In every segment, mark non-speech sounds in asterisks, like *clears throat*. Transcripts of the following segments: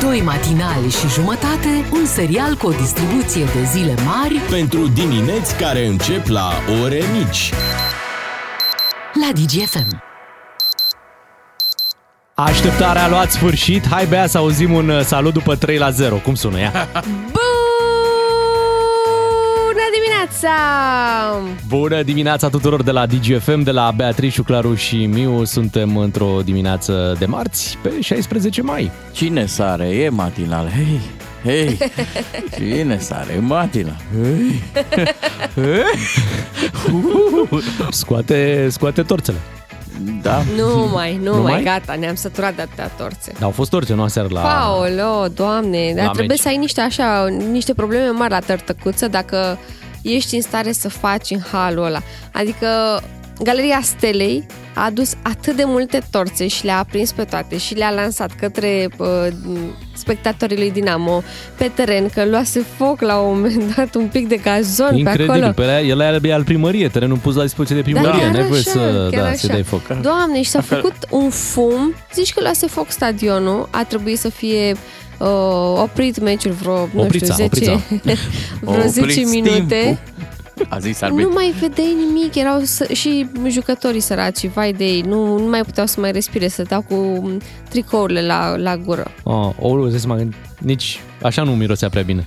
Doi matinali și jumătate, un serial cu o distribuție de zile mari Pentru dimineți care încep la ore mici. la DGFM. Așteptarea a luat sfârșit. Hai, Bea, să auzim un uh, salut după 3 la 0. Cum sună *laughs* ea? Bună dimineața! Bună dimineața tuturor de la DGFM, de la Beatrice, Claru și Miu. Suntem într-o dimineață de marți, pe 16 mai. Cine sare? E matinal. Hei, *laughs* hei. Cine sare? E matinal. Hei. Scoate, scoate torțele. Da. *laughs* Nu mai, nu, Nu mai, mai? gata, ne-am săturat de atâtea torțe. Dar au fost torțe, nu aseară la... Paolo, doamne, dar la trebuie meci. să ai niște așa, niște probleme mari la tărtăcuță dacă ești în stare să faci în halul ăla. Adică Galeria Stelei a adus atât de multe torțe și le-a aprins pe toate și le-a lansat către uh, spectatorii lui Dinamo pe teren, că luase foc la un moment dat un pic de gazon pe acolo. Da, Incredibil, pe alea, el era e al primărie, terenul pus la dispoziție de primărie, chiar nevoie așa, să, chiar da, să așa. dai foc. Doamne, și s-a făcut un fum. Zici că luase foc stadionul, a trebuit să fie uh, oprit meciul vreo, nu Oprița, știu, 10, *laughs* *laughs* vreo 10 Opriți minute. timpul. A zis Nu arbitru. mai vedeai nimic, erau să, și jucătorii săraci, vai de ei, nu, nu mai puteau să mai respire, să dau cu tricourile la, la gură. Oh, o, să mă gând- nici așa nu mirosea prea *laughs* bine.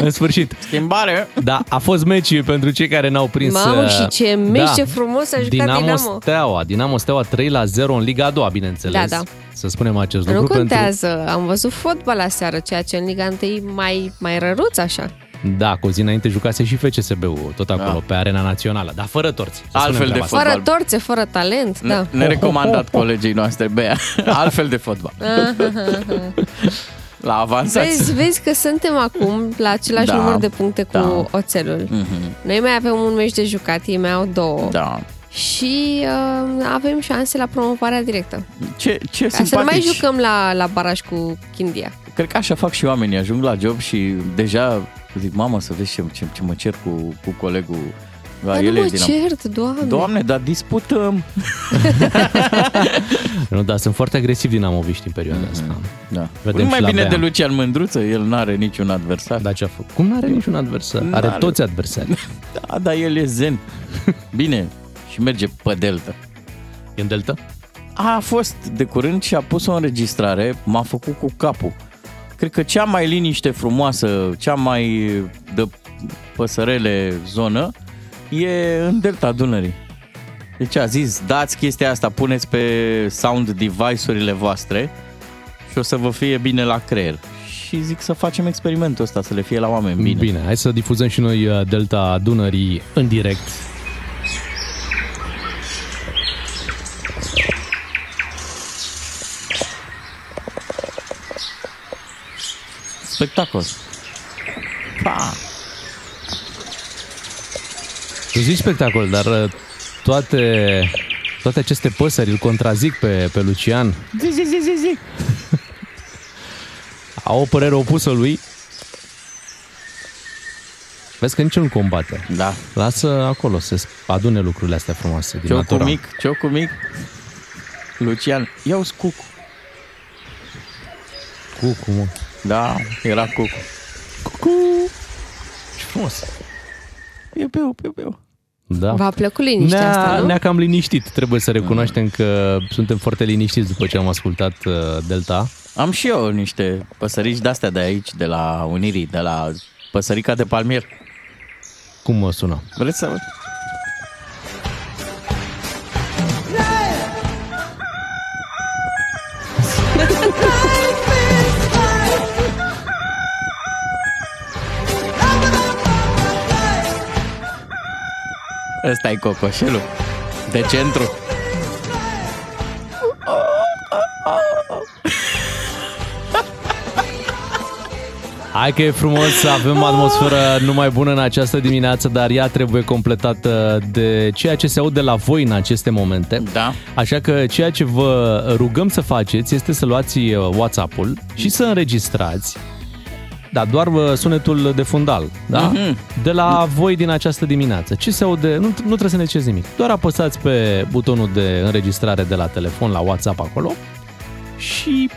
În sfârșit, Schimbare. Da, a fost meci pentru cei care n-au prins. Mamă, uh, și ce meci, ce frumos a jucat Dinamo. Steaua, Dinamo Steaua 3 la 0 în Liga a doua, bineînțeles. Da, da. Să spunem acest Nu lucru contează, am văzut fotbal aseară, ceea ce în Liga 1 mai, mai răruț așa. pentru Da, cu o zi înainte jucase și FCSB-ul tot acolo Da. pe arena națională, dar fără torți. să Altfel spunem de treaba asta. Fără Fotbal. torțe, fără talent, da. Ne, ne recomandat *laughs* colegii noastre, Bea. Altfel de fotbal. La avansați. Vezi, vezi că suntem acum la același Da, număr de puncte cu da. oțelul. Mhm. Noi mai avem un meci de jucat, ei mai au două. Da. Și uh, avem șanse la promovarea directă. Ce, ce Ca să nu mai simpatici. jucăm la, la baraj cu Chindia. Cred că așa fac și oamenii, ajung la job și deja zic, mamă, să vezi ce, ce, ce mă cer cu, cu colegul. Da, Dar el nu e mă din- cert, doamne. Doamne, dar disputăm. Nu, dar sunt foarte agresivi dinamoviști în perioada asta. Da. Vedem Vedem nu și mai la bine Bea. de Lucian Mândruță, el nu are niciun adversar. Da, Dar ce a făcut? Cum n-are niciun adversar? Are N-are. toți adversari. *laughs* da dar el e zen. Bine, și merge pe delta. E în delta? A fost de curând și a pus o înregistrare, m-a făcut cu capul. Cred că cea mai liniște frumoasă, cea mai de păsărele zonă, e în delta Dunării. Deci a zis, dați chestia asta, puneți pe sound device-urile voastre și o să vă fie bine la creier. Și zic să facem experimentul ăsta, să le fie la oameni bine. Bine, hai să difuzăm și noi uh, Delta Dunării în direct. Spectacol. Pa! Tu zici spectacol, dar uh, toate, toate aceste păsări îl contrazic pe, pe Lucian. Zi, zi, zi, zi, zi. Au o părere opusă lui. Vezi că nici nu combate. Da. Lasă acolo să adune lucrurile astea frumoase din Ciocu natură. mic, ciocu mic. Lucian, iau scuc. Cu, cu, mă. Da, era cuc. Cucu. Ce frumos. Eu peu, eu peu. Da. V-a plăcut liniștea asta, Ne-a, nu? ne-a cam liniștit. Trebuie să Mm. recunoaștem că suntem foarte liniștiți după ce am ascultat uh, Delta. Da. Am și eu niște păsărici de-astea de aici, de la Unirii, de la păsărica de palmier. Cum mă sună? Vreți să... Ăsta e cocoșelul de centru. Hai că e frumos, avem atmosferă numai bună în această dimineață, dar ea trebuie completată de ceea ce se aude la voi în aceste momente. Da. Așa că ceea ce vă rugăm să faceți este să luați uh, WhatsApp-ul și să înregistrați da, doar uh, sunetul de fundal, da? Mhm. De la voi din această dimineață. Ce se aude? Nu, nu trebuie să ne ceți nimic. Doar apăsați pe butonul de înregistrare de la telefon, la WhatsApp acolo și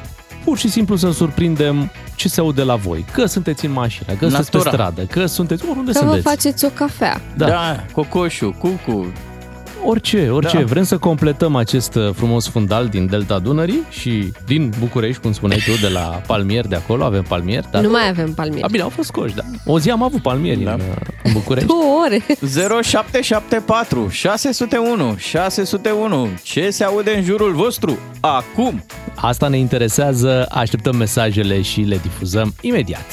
pur și simplu să surprindem ce se aude la voi. Că sunteți în mașină, că sunteți pe Natura. stradă, că sunteți oriunde Că vă sunteți. faceți o cafea. Da. Da. da, cocoșul, cucu, Orice, orice. Da. Vrem să completăm acest uh, frumos fundal din Delta Dunării și din București, cum spuneai tu, de la palmieri de acolo. Avem palmieri, da? Nu mai avem A, palmieri. bine, au fost scoși, da. O zi am avut palmieri da. Da. în, uh, în București. Două ore. 0774 601 601 Ce se aude în jurul vostru? Acum! Asta ne interesează, așteptăm mesajele și le difuzăm imediat.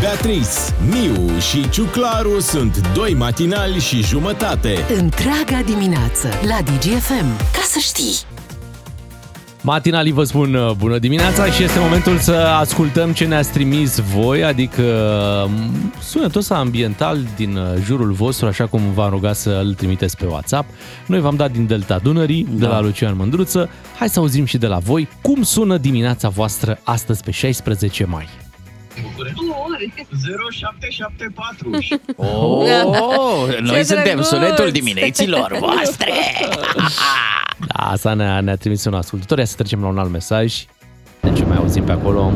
Beatrice, Miu și Ciuclaru sunt doi matinali și jumătate. Întreaga dimineață la DGFM. Ca să știi! Matinali vă spun uh, bună dimineața și este momentul să ascultăm ce ne-ați trimis voi, adică um, sunetul ăsta ambiental din uh, jurul vostru, așa cum v-am rugat să îl trimiteți pe WhatsApp. Noi v-am dat din Delta Dunării, da. de la Lucian Mândruță. Hai să auzim și de la voi cum sună dimineața voastră astăzi pe 16 mai. 0774 Oh, noi suntem drăguț! sunetul dimineților voastre! Da, asta ne-a, ne-a trimis un ascultător. Ia să trecem la un alt mesaj. De ce mai auzim pe acolo?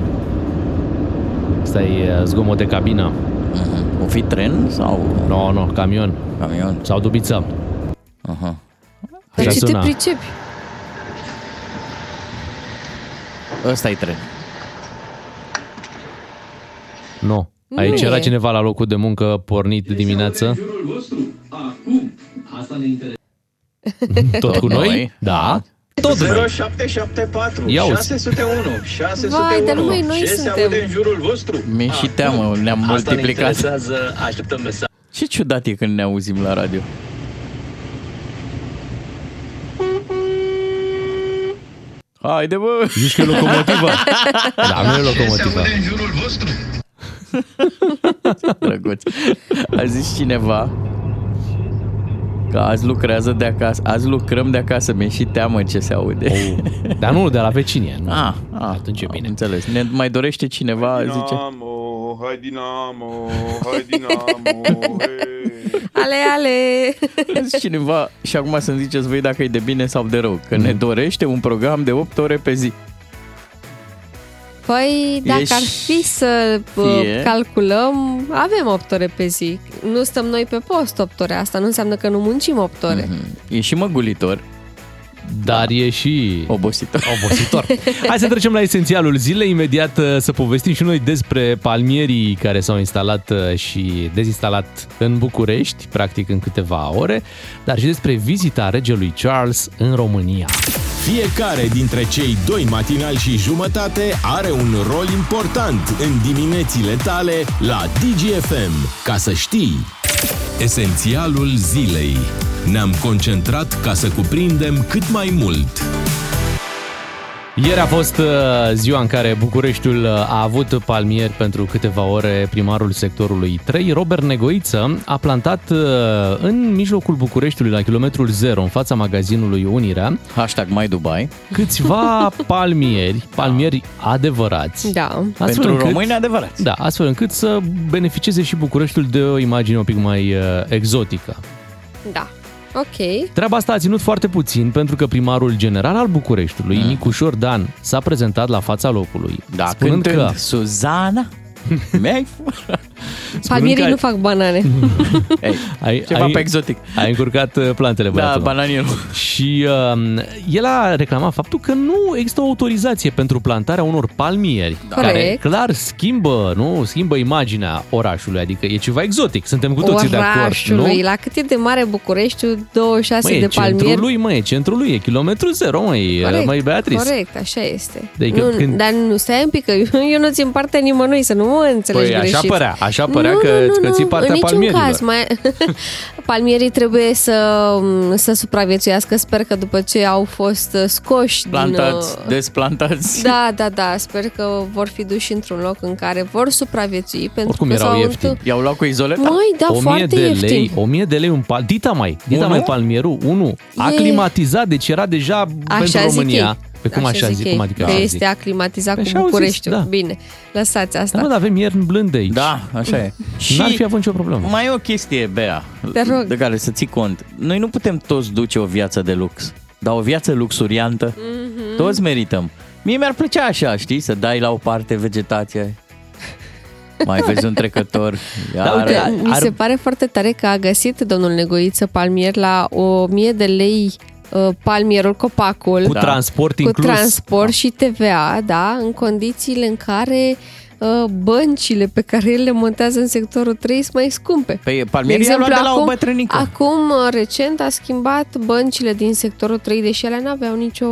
Asta e uh, zgomot de cabină. Mhm. O fi tren sau Nu, no, nu, no, camion camion? sau dubiță. Aha. Dar Așa Păi ce te suna. pricepi? Ăsta e tren. Nu. Nu Aici e. era cineva la locul de muncă pornit dimineață, tot cu noi. noi. Da. 0774 Ia uzi. 601 Vai, 601 dar numai noi Ce se suntem. aude în jurul vostru? Ah. Mi-e și teamă, ne-am Asta ne multiplicat. interesează, așteptăm mesaj. Ce ciudat e când ne auzim la radio. Haide, bă! Zici că e *laughs* locomotivă. da, nu e locomotivă. în jurul vostru? Drăguț. A zis cineva că azi lucrează de acasă, azi lucrăm de acasă, mi-e și teamă ce se aude. Oh. Dar nu, de la vecinie. Nu. Ah, ah, Atunci e bine. Am înțeles. Ne mai dorește Păi, cineva, zice. *laughs* Dinamo, hai Dinamo, hai Dinamo, hei. Ale, ale! A zis cineva și acum să-mi ziceți voi dacă e de bine sau de rău, că Mm. ne dorește un program de 8 ore pe zi. Păi, dacă Ești- ar fi să bă, Fie. calculăm, avem 8 ore pe zi. Nu stăm noi pe post 8 ore. Asta nu înseamnă că nu muncim 8 ore. Mhm. E și măgulitor, Dar e și... obositor. *laughs* Obositor. Hai să trecem la esențialul zilei. Imediat uh, să povestim și noi despre palmierii care s-au instalat uh, și dezinstalat în București, practic în câteva ore, dar și despre vizita regelui Charles în România. *laughs* Fiecare dintre cei doi matinali și jumătate are un rol important în diminețile tale la DGFM. Ca să știi! Esențialul zilei. Ne-am concentrat ca să cuprindem cât mai mult. Ieri a fost uh, ziua în care Bucureștiul uh, a avut palmieri pentru câteva ore primarul sectorului 3. Robert Negoiță a plantat uh, în mijlocul Bucureștiului, la kilometrul 0, în fața magazinului Unirea, Hashtag mai Dubai. *laughs* câțiva palmieri, palmieri adevărați. Da. Astfel Pentru încât- români adevărat. Da, astfel încât să beneficieze și Bucureștiul de o imagine un pic mai uh, exotică. Da. Ok. Treaba asta a ținut foarte puțin pentru că primarul general al Bucureștiului, mm. Nicușor Dan, s-a prezentat la fața locului, Hmm. Da, spunând cântând, că... *laughs* Suzana, mi-ai... Palmierii că- nu fac banane. Ei, Ai, Ceva pe exotic. Ai încurcat uh, plantele, Da, băiatul. bananierul. Și uh, el a reclamat faptul că nu există o autorizație pentru plantarea unor palmieri, da. care Corect. clar schimbă, nu, schimbă imaginea orașului, adică e ceva exotic. Suntem *laughs* cu toții de acord, Orașului. nu? La cât e de mare Bucureștiul, 26 Măi, e de centrul palmieri. lui, măi, e centrul lui, e kilometru zero, măi, Corect, măi Beatrice. Corect, așa este. Adică nu, când- Dar nu, stai un pic, că *laughs* eu nu țin partea nimănui, să nu mă înțelegi Păi greșit. așa părea, așa părea că, că ții partea în niciun palmierilor. Caz, mai... *laughs* palmierii trebuie să, să supraviețuiască. Sper că după ce au fost scoși Plantați, din... desplantați. Da, da, da, sper că vor fi duși într-un loc în care vor supraviețui pentru Oricum că erau s-au ieftini. întâ- I-au luat cu izoleta? Măi, da, 1000 foarte de lei, ieftin. 1000 de lei un pal. Dita mai, Dita Unu? mai palmierul, 1. A climatizat, deci era deja pentru Așa zic România. ei. Pe cum așa, zic, ei, cum adică că așa este zic. aclimatizat Așa cu au zis, Bucureștiul. da. Bine, lăsați asta. Da, mă, dar avem ieri blând de aici. Da, așa e. N-ar fi avut nicio problemă. Mai e o chestie, Bea, Te rog. de care să ții cont. Noi Mhm. nu putem toți duce o viață de lux, dar o viață luxuriantă, mm-hmm. toți merităm. Mie mi-ar plăcea așa, știi, să dai la o parte vegetația. Mai vezi un trecător. Iar, Da, Uite, mi se pare foarte tare că a găsit domnul Negoiță palmier la 1000 de lei uh, palmierul copacul. Cu transport Da. cu inclus. transport și TVA, da, în condițiile în care uh, băncile pe care ele le montează în sectorul 3 sunt mai scumpe. Pe palmierii i-a luat de la o bătrânică. acum, uh, recent, a schimbat băncile din sectorul 3, deși ele n-aveau nicio...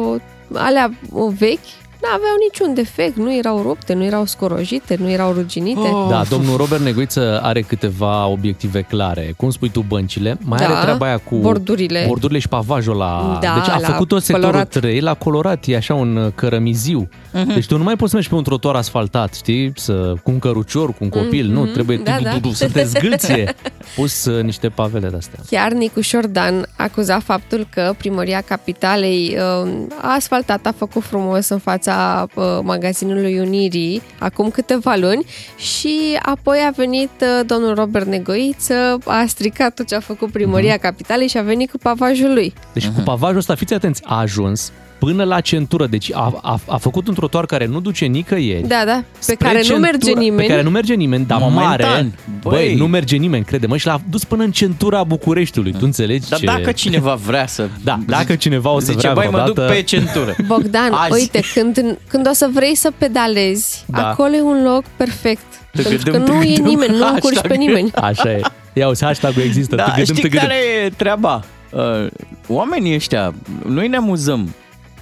alea uh, vechi, n-aveau niciun defect, nu erau rupte, nu erau scorojite, nu erau ruginite. Oh. Da, domnul Robert Negoiță are câteva obiective clare. Cum spui tu, băncile? Mai Da, are treaba aia cu bordurile. bordurile și pavajul la... Da, deci a la făcut tot sectorul colorat. Mhm. 3 la colorat, e așa un uh, cărămiziu. Uh-huh. Deci tu nu mai poți să mergi pe un trotuar asfaltat, știi? Să, cu un cărucior, cu un copil, uh-huh. nu, trebuie da, tu- da. tu- tu- să te *laughs* zgâlție. Pus uh, niște pavele de-astea. Chiar Nicu Șordan acuza faptul că primăria capitalei uh, a asfaltat, a făcut frumos în fața uh, magazinului Unirii acum câteva luni și apoi a venit uh, domnul Robert Negoiță, a stricat tot ce a făcut primăria Mhm. capitalei și a venit cu pavajul lui. Deci uh-huh. cu pavajul ăsta, fiți atenți, a ajuns până la centură. Deci a, a, a făcut un trotuar care nu duce nicăieri. Da, da, pe Spre care nu centură, merge nimeni. Pe care nu merge nimeni, dar Momentan, mare. Băi, băi. nu merge nimeni, crede-mă. Și l-a dus până în centura Bucureștiului. Tu înțelegi Dar ce... dacă cineva vrea să... Da, dacă cineva o să zice, vrea băi, mă vreodată... duc pe centură. Bogdan, Azi. uite, când, când o să vrei să pedalezi, Da. acolo e un loc perfect. Pentru că Tăgădâm, nu e tăgădâm, nimeni, nu încurci pe hashtag. nimeni. Așa e. Ia uite, hashtag-ul există. Da, tâgădâm, știi tâgădâm. care e treaba? Uh, Oamenii ăștia, noi ne amuzăm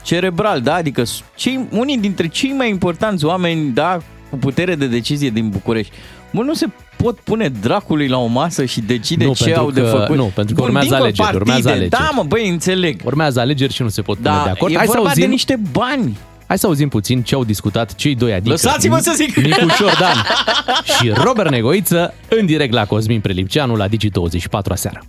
cerebral, da? Adică s- cei, unii dintre cei mai importanți oameni, da, cu putere de decizie din București. Mă, nu se pot pune dracului la o masă și decide Nu, ce pentru au de că- făcut. nu, pentru că urmează dincolo alegeri, partide. urmează alegeri. Da, mă, băi, înțeleg. Urmează alegeri și nu se pot pune Da, de acord. e Hai să, vorba auzim, de niște bani. hai să auzim puțin ce au discutat cei doi adică. Lăsați-mă să zic. Nicu Șordan și Robert Negoiță în direct la Cosmin Prelipceanu la Digi24 aseară.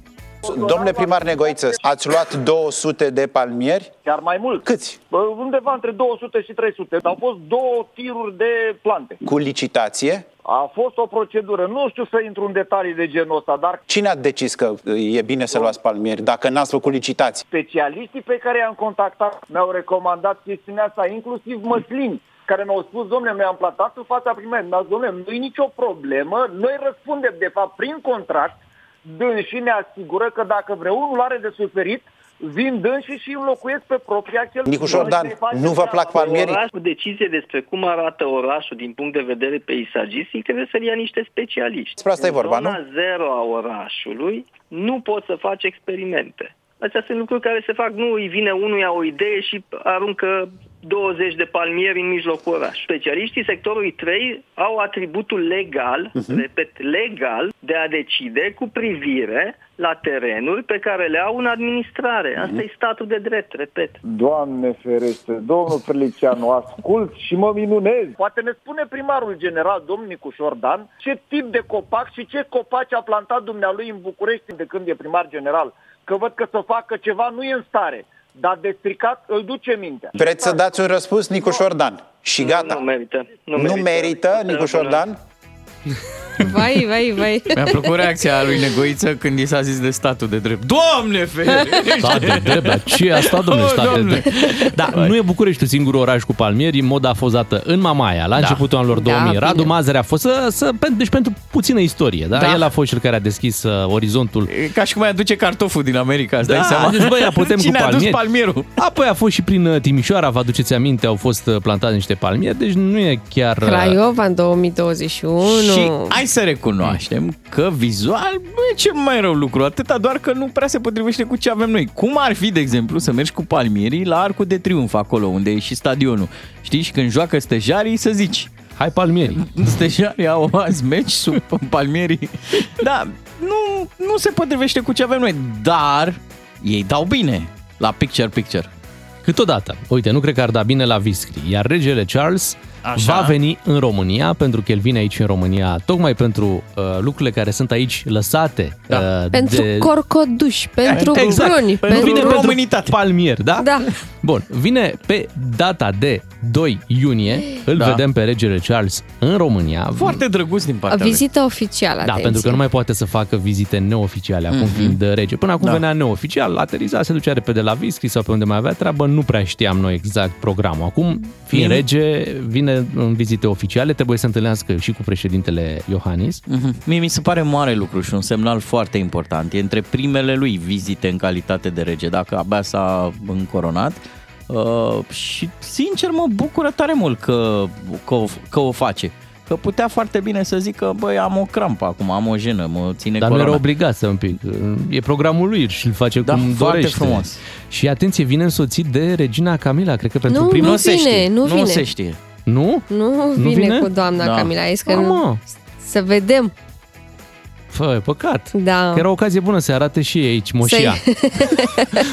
Domnule primar Negoiță, ați luat 200 de palmieri? Chiar mai mult. Câți? Bă, Undeva între 200 și 300. Au fost două tiruri de plante. Cu licitație? A fost o procedură. Nu știu să intru în detalii de genul ăsta, dar Cine a decis că uh, e bine să luați palmieri dacă n-ați făcut licitații? specialiștii pe care i-am contactat mi-au recomandat chestiunea asta, inclusiv măslini care mi-au spus, domnule, noi am plantat în fața primerii, dar domnule, nu e nicio problemă, noi răspundem, de fapt, prin contract, dânsii ne asigură că dacă vreunul are de suferit, vin dânsii și înlocuiesc pe propria cel. Nicu Șordan, Noi ne facem nu vă treaba. plac palmierii? Oraș, cu decizie despre cum arată orașul din punct de vedere peisagistic, trebuie să-l ia niște specialiști. Despre asta e În vorba, zona zero a orașului nu poți să faci experimente. Astea sunt lucruri care se fac, nu îi vine unuia o idee și aruncă 20 de palmieri în mijlocul orașului. Specialiștii sectorului 3 au atributul legal, uh-huh. Mhm. repet, legal, de a decide cu privire la terenuri pe care le au în administrare. Mhm. Asta e statul de drept, repet. Doamne ferește, domnul Felicianu, ascult și mă minunez. Poate ne spune primarul general, domnul Nicu Șordan, ce tip de copac și ce copaci a plantat dumnealui în București de când e primar general. Că văd că să facă ceva nu e în stare, dar de stricat îl duce mintea. Vreți să dați un răspuns, Nicu Șordan? Și gata. Nu, nu merită. Nu, Nu merită, Nicu Șordan? Vai, vai, vai. Mi-a plăcut reacția lui Negoiță când i s-a zis de statul de drept. Doamne, ferește! *laughs* Stat Da, de drept, dar ce a stat, domnule, Oh, stat de domnule. drept? Da, nu e București singurul oraș cu palmieri, moda a fost dată în Mamaia, la începutul anilor Da, 2000. bine. Radu Mazăre a fost, să, să, pen- deci pentru puțină istorie, da? Da. El a fost cel care a deschis uh, orizontul. E ca și cum ai aduce cartoful din America, îți dai seama? deci băi, putem Cine cu a palmieri. dus palmierul? Apoi a fost și prin uh, Timișoara, vă aduceți aminte, au fost uh, plantate niște palmieri, deci nu e chiar... uh, Craiova în 2021. Și hai să recunoaștem că vizual nu e cel mai rău lucru, atâta doar că nu prea se potrivește cu ce avem noi. Cum ar fi, de exemplu, să mergi cu palmierii la Arcul de Triunf, acolo unde e și stadionul. Știi, și când joacă stejarii, să zici, Hai palmieri. *laughs* stejarii au azi meci sub *laughs* palmierii. Da, nu, nu se potrivește cu ce avem noi, dar ei dau bine la picture-picture. Câteodată, uite, nu cred că ar da bine la Viscri, iar regele Charles Așa. va veni în România, pentru că el vine aici în România, tocmai pentru uh, lucrurile care sunt aici lăsate. Da. Uh, Pentru de... corcoduși, pentru Da. exact. bruni, Pentru, Vine pentru românitate. palmier, da? Da. Bun, vine pe data de 2 iunie îl da. vedem pe regele Charles în România. Foarte drăguț din O partea lui. vizită oficială, Da, atenție. pentru că nu mai poate să facă vizite neoficiale, acum Mhm. fiind uh, rege. Până acum Da. venea neoficial, ateriza, se ducea repede la Viscri sau pe unde mai avea treabă, nu prea știam noi exact programul. Acum, fiind Mie- rege, vine în vizite oficiale, trebuie să întâlnească și cu președintele Iohannis. Mhm. Mie mi se pare mare lucru și un semnal foarte important. E între primele lui vizite în calitate de rege, dacă abia s-a încoronat. Uh, și sincer mă bucură tare mult că, că, o, că o face. Că putea foarte bine să zică, băi, am o crampă acum, am o jenă, mă ține Dar nu corona. era obligat să un pic. E programul lui și îl face da, cum foarte dorește. frumos. Și atenție, vine însoțit de Regina Camila, cred că pentru Nu, prima nu vine, nu vine. Nu? Nu Nu vine, vine? cu doamna Da. Camila, ești că Da, mă. nu... Să vedem. Fă, e păcat. Da. Că era o ocazie bună să arate și ei aici moșia. Să-i-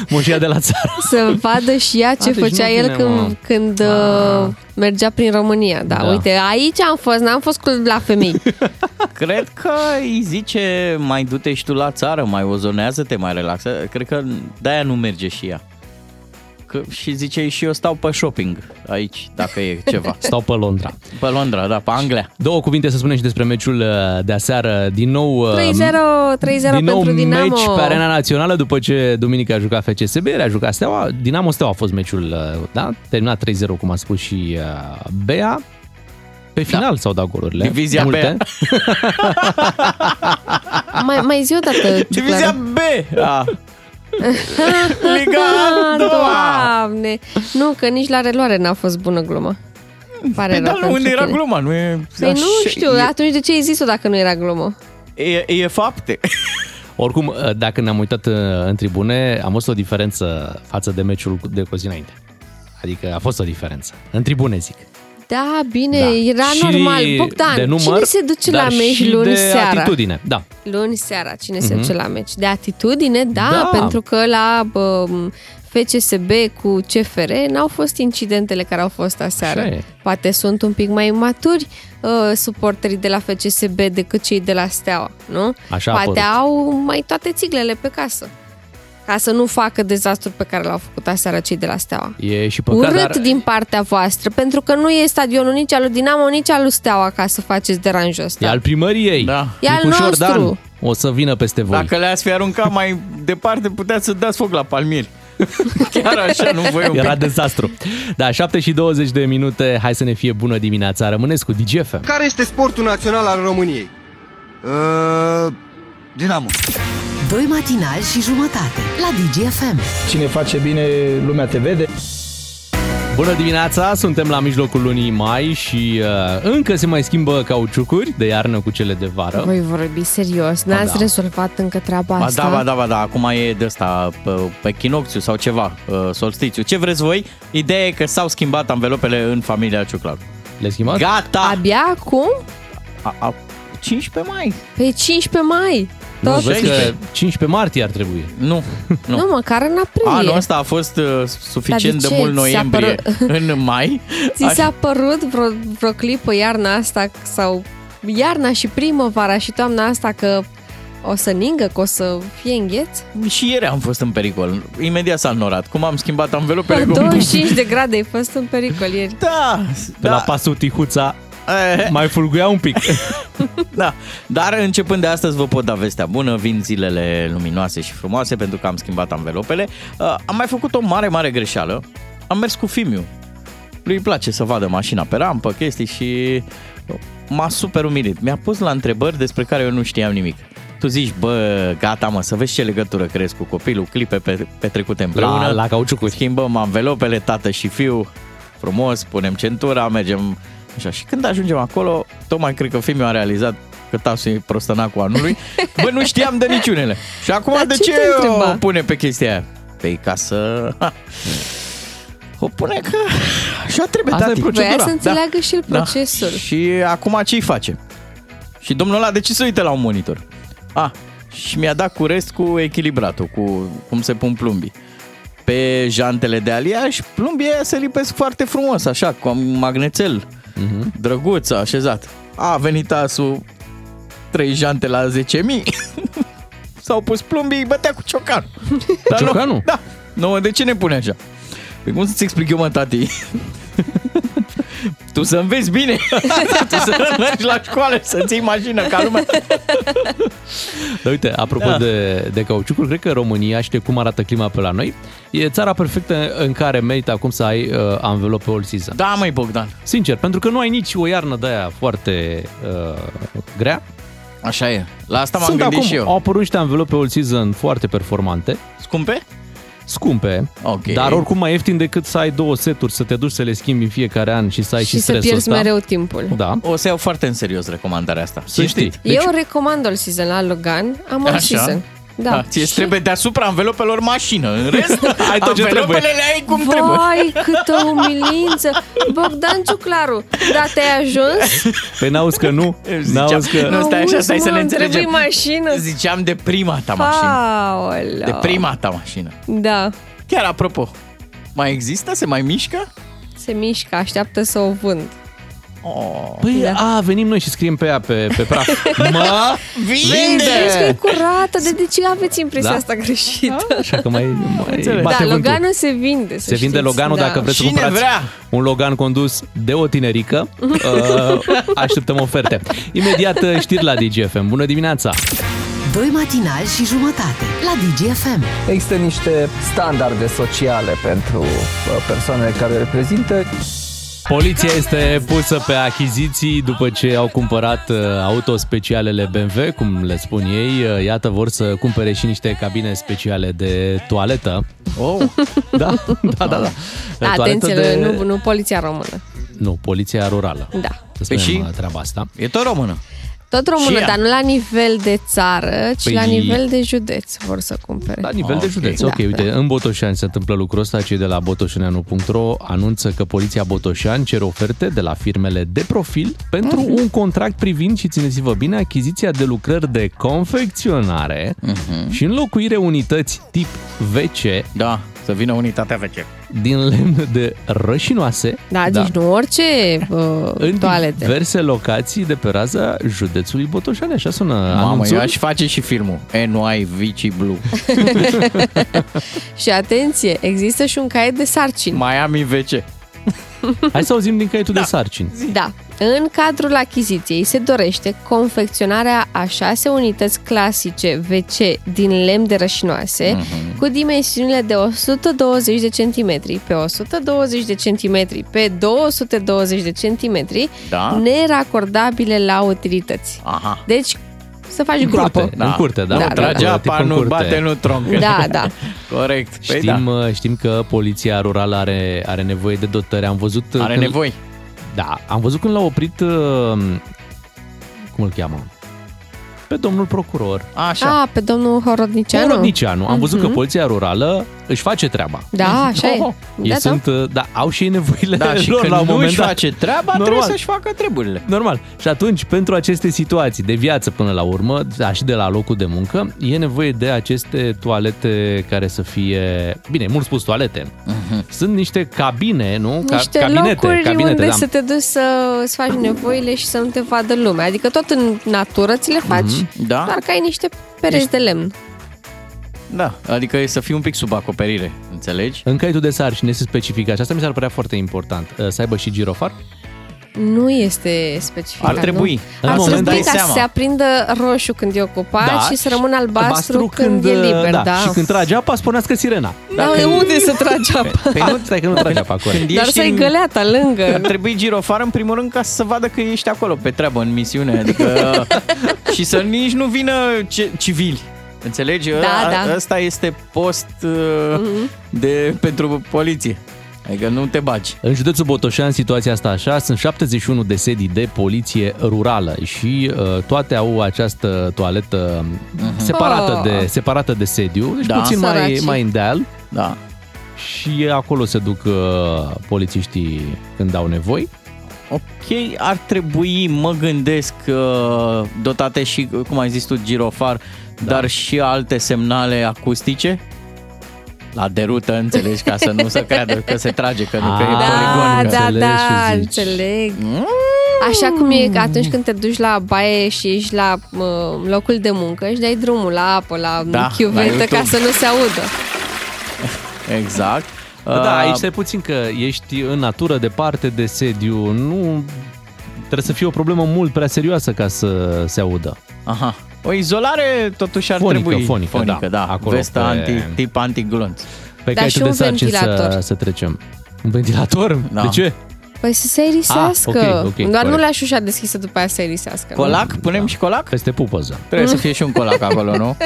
*laughs* moșia de la țară. Să vadă și ea ce A, deci nu făcea vine, Da. el mă. când, când uh, mergea prin România. Da, Da. uite, aici am fost, n-am fost cu la *laughs* femei. *laughs* Cred că îi zice, mai du-te și tu la țară, mai ozonează-te, mai relaxă. Cred că de-aia nu merge și ea. Că, și zice, și eu stau pe shopping aici, dacă e ceva. *laughs* Stau pe Londra. Pe Londra, da, pe Anglia. Două cuvinte să spunem și despre meciul uh, de aseară. Din nou, uh, 3-0, 3-0 din nou pentru Dinamo. meci pe arena națională după ce Duminica a jucat FCSB, iar a jucat Steaua. Dinamo Steaua a fost meciul, uh, da? Terminat 3-0, cum a spus și uh, Bea. Pe final s-au dat golurile. Da. Divizia Multe. Mai, mai zi o dată, Divizia B! Da. *laughs* Liga a doua. *laughs* Doamne! Nu, că nici la reluare n-a fost bună gluma. Îmi Pare Păi, rău dar pentru unde era tine. gluma? Nu e... Păi nu așa- știu, e- atunci de ce ai zis-o dacă nu era glumă? E, e fapte. *laughs* Oricum, uh, dacă ne-am uitat uh, în tribune, am văzut o diferență față de meciul de cu o zi înainte. Adică a fost o diferență. În tribune, zic. Da, bine, Da. era Și normal. Bogdan, de număr, cine se duce la dar meci și luni de seara? atitudine, da. Luni seara, cine se Mhm. duce la meci? De atitudine, da, Da. pentru că la bă, FCSB cu CFR n-au fost incidentele care au fost Așa aseară. e. Poate sunt un pic mai imaturi uh, suporterii de la FCSB decât cei de la Steaua, nu? Așa a Poate părut. au mai toate țiglele pe casă ca să nu facă dezastrul pe care l-au făcut aseară cei de la Steaua. E și păcat, Păcat, Urât dar... din partea voastră, pentru că nu e stadionul nici al lui Dinamo, nici al lui Steaua ca să faceți deranjul ăsta. E al primăriei. Da. E al nostru. Dan o să vină peste voi. Dacă le-ați fi aruncat mai departe, puteați să dați foc la palmieri. Chiar așa, nu voi un pic. Era dezastru. Da, 7 și 20 de minute. Hai să ne fie bună dimineața. Rămâneți cu DGFM. Care este sportul național al României? Dinamo. Doi matinali și jumătate la DGFM. Cine face bine, lumea te vede. Bună dimineața, suntem la mijlocul lunii mai și uh, încă se mai schimbă cauciucuri de iarnă cu cele de vară. Da. Voi vorbi serios, n-ați da. rezolvat încă treaba Ba asta? da, ba da, ba da, acum e de ăsta pe, pe chinocțiu sau ceva, uh, solstițiu. Ce vreți voi? Ideea e că s-au schimbat anvelopele în familia Ciuclaru. Le schimbat? Gata! Abia acum? A, a, 15 mai. Pe 15 mai. Nu, Tot. vezi că 15 martie ar trebui. Nu, *laughs* nu. nu, măcar în aprilie. Anul ăsta a fost uh, Dar suficient de de, ce? mult Ți s-a noiembrie părut- în mai. *laughs* Ți s-a părut vreo, vreo clipă iarna asta sau iarna și primăvara și toamna asta că o să ningă, că o să fie îngheț? Și ieri am fost în pericol. Imediat s-a înnorat. Cum am schimbat anvelopele? Păi cum- 25 de grade ai fost în pericol ieri. Da! Pe la pasul Tihuța Eh. mai fulguia *laughs* un pic. Da, dar începând de astăzi vă pot da vestea bună, vin zilele luminoase și frumoase pentru că am schimbat anvelopele. Uh, am mai făcut o mare, mare greșeală. Am mers cu Fimiu. Lui îi place să vadă mașina pe rampă, chestii și m-a super umilit. Mi-a pus la întrebări despre care eu nu știam nimic. Tu zici, bă, gata mă, să vezi ce legătură crezi cu copilul, clipe pe, petrecute împreună. La- la cauciucuri. Schimbăm anvelopele, tată și fiu, frumos, punem centura, mergem așa. Și când ajungem acolo, tocmai cred că filmul a realizat că tasul e prostănacul anului. Bă, nu știam de niciunele. Și acum Dar de ce ce, te întreba? o pune pe chestia aia? Păi ca să... *laughs* O pune că așa trebuie, Asta e tati. procedura. Voia să înțeleagă și el procesul. Da. Și acum ce-i face? Și domnul ăla de ce se uite la un monitor? A, și mi-a dat cu rest cu echilibratul, cu cum se pun plumbii. Pe jantele de aliaj, plumbii aia se lipesc foarte frumos, așa, cu un magnețel. Uh-huh. Drăguț, așezat. A venit asul, trei jante la 10.000. S-au pus plumbii, bătea cu *laughs* ciocanul. Dar nu- ciocanul? Da. Nu, de ce ne pune așa? Păi cum să-ți explic eu, mă, tati? *laughs* Tu să înveți *laughs* bine, tu să mergi la școală, să ții mașină ca lumea. Dar uite, apropo da. Da. de, de cauciucuri, cred că România știe cum arată clima pe la noi. E țara perfectă în care merită acum să ai uh, anvelope all season. Da, măi, Bogdan. Sincer, pentru că nu ai nici o iarnă de-aia foarte uh, grea. Așa e. La asta m-am Sunt gândit acum, și eu. Au apărut niște anvelope all season foarte performante. Scumpe? Scumpe, okay. dar oricum mai ieftin decât să ai două seturi, să te duci să le schimbi în fiecare an și să ai și, și să stresul pierzi ăsta. mereu timpul. Da. O să iau foarte în serios recomandarea asta. Să știi. Deci, Eu recomand all season la Logan, am all season. Da. da. Ție îți trebuie deasupra anvelopelor mașină. În *laughs* rest, ai tot ce trebuie. Anvelopele le ai cum Vai, trebuie. câtă umilință! Bogdan Ciuclaru, da, te-ai ajuns? Păi n-auzi că nu? N-auzi că... nu, stai așa, Auzi, stai să mă, ne îmi trebuie înțelegem. mașină. Ziceam de prima da, ta mașină. Paolo. De prima ta mașină. Da, Chiar apropo, mai există? Se mai mișcă? se mișcă, așteaptă să o vând. Oh. Păi, Da. a, venim noi și scriem pe ea pe, pe praf. *laughs* Mă, Vezi că e vinde! curată, de, de ce aveți impresia Da? asta greșită? Așa că mai, mai Da, bate vântul. Loganul se vinde, să Se vinde știți, Loganul da. dacă vreți să cumpărați un Logan condus de o *laughs* tinerică. Uh, Așteptăm oferte. Imediat uh, știri la DGFM. Bună dimineața! Doi matinali și jumătate la DGFM. Există niște standarde sociale pentru uh, persoanele care le reprezintă. Poliția este pusă pe achiziții după ce au cumpărat uh, autospecialele BMW, cum le spun ei. Uh, Iată, vor să cumpere și niște cabine speciale de toaletă. Oh. *laughs* Da, da, da. da. Da, Toaletă atenție, de... nu, nu poliția română. Nu, poliția rurală. Da. Să spunem și... treaba asta. Păi E tot română. Tot Și română, ea. dar nu la nivel de țară, ci Păi- la nivel de județ vor să cumpere. La nivel de județ. Da, Ok, uite, în Botoșani se întâmplă lucrul ăsta. Cei de la botoșaneanu.ro anunță că Poliția Botoșani cer oferte de la firmele de profil pentru Mhm. un contract privind, și țineți-vă bine, achiziția de lucrări de confecționare și înlocuire unități tip VC. Mhm. Da, să vină unitatea VC. Din lemn de rășinoase. Da, da, deci nu orice uh, În toalete. diverse locații de pe raza județului Botoșani. Așa sună Mamă, anunțul. eu aș face și filmul. E, nu ai Vici Blue. Și atenție, există și un caiet de sarcini. Miami VC. Hai să auzim din caietul da. de sarcini. Da. În cadrul achiziției se dorește confecționarea a șase unități clasice VC din lemn de rășinoase Mhm. cu dimensiunile de 120 de centimetri pe 120 de centimetri pe 220 de centimetri Da. neracordabile la utilități. Aha. Deci să faci În grupă. curte, în curte, da. Nu, Da, trage da, da. apa, Tip în nu curte. bate, nu troncă. Da, da. Corect. Păi știm, da. uh, știm că poliția rurală are, are nevoie de dotări. Am văzut... uh, Are când- nevoi. Da, am văzut când l-a oprit... uh, Cum îl cheamă? Pe domnul procuror. Așa. A, pe domnul Horodnicianu? Horodnicianu. Am văzut că Ah, Mhm. poliția rurală își face treaba. Da, așa e. Ei Da, da, da. sunt, da. da, au și ei nevoile Da, și lor când la un nu moment își dat. face treaba, trebuie să-și facă treburile. Normal. Și atunci, pentru aceste situații de viață până la urmă, da, și de la locul de muncă, e nevoie de aceste toalete care să fie... Bine, e mult spus toalete. Mhm. Sunt niște cabine, nu? Ca- niște cabinete, locuri cabinete, unde da. să te duci să îți faci nevoile și să nu te vadă lumea. Adică tot în natură ți le faci, Mhm, da. doar că ai niște pereți de lemn. Da, adică e să fii un pic sub acoperire, înțelegi? În caietul de sarcini se specifică și asta mi s-ar părea foarte important, uh, să aibă și girofar. Nu este specificat, Ar trebui. Nu? În Ar momentul- trebui Îți ca dai seama. să se aprindă roșu când e ocupat Da, și să rămână albastru, când, e uh, liber. Da, Și când trage apa, spuneați că sirena. Da, de unde să tragi apa? Păi nu, stai că nu trage apa acolo. Da. Când Dar ești să-i în- găleata lângă. Ar trebui girofar în primul rând ca să vadă că ești acolo pe treabă, în misiune. *laughs* Adică, și să nici nu vină ce, civili. Înțelegi? Da, da. Mhm. Asta este post uh, de, pentru poliție. Adică nu te bagi. În județul Botoșan, situația asta așa, sunt 71 de sedii de poliție rurală și uh, toate au această toaletă Mhm. separată, Ah. de, separată de sediu, deci Da. puțin mai, Săracii. mai în deal. Da. Și acolo se duc uh, polițiștii când au nevoie. Ok, ar trebui, mă gândesc, uh, dotate și, cum ai zis tu, girofar, da. dar și alte semnale acustice? La derută, înțelegi, ca să nu se creadă că se trage, că nu că e Da, poligon. că- da, da, înțeleg. Așa cum e că atunci când te duci la baie și ești la uh, locul de muncă și dai drumul la apă, la Da, da, la chiuvetă YouTube. ca să nu se audă. Exact. Da, Uh, aici stai puțin că ești în natură departe de sediu. Nu trebuie să fie o problemă mult prea serioasă ca să se audă. Aha. O izolare totuși ar Fonică, trebui. fonică, fonică da. da. Acolo Vesta pe- anti, tip antiglonț. Pe Dar care și tu de un sarcini să, ventilator. să trecem. Un ventilator? Da. De ce? Păi să se erisească. Ah, ok, ok, Doar nu corect. lași ușa deschisă după aia să se erisească. Colac? Punem da. și colac? Peste pupăză. Trebuie să fie și un colac acolo, *laughs* nu?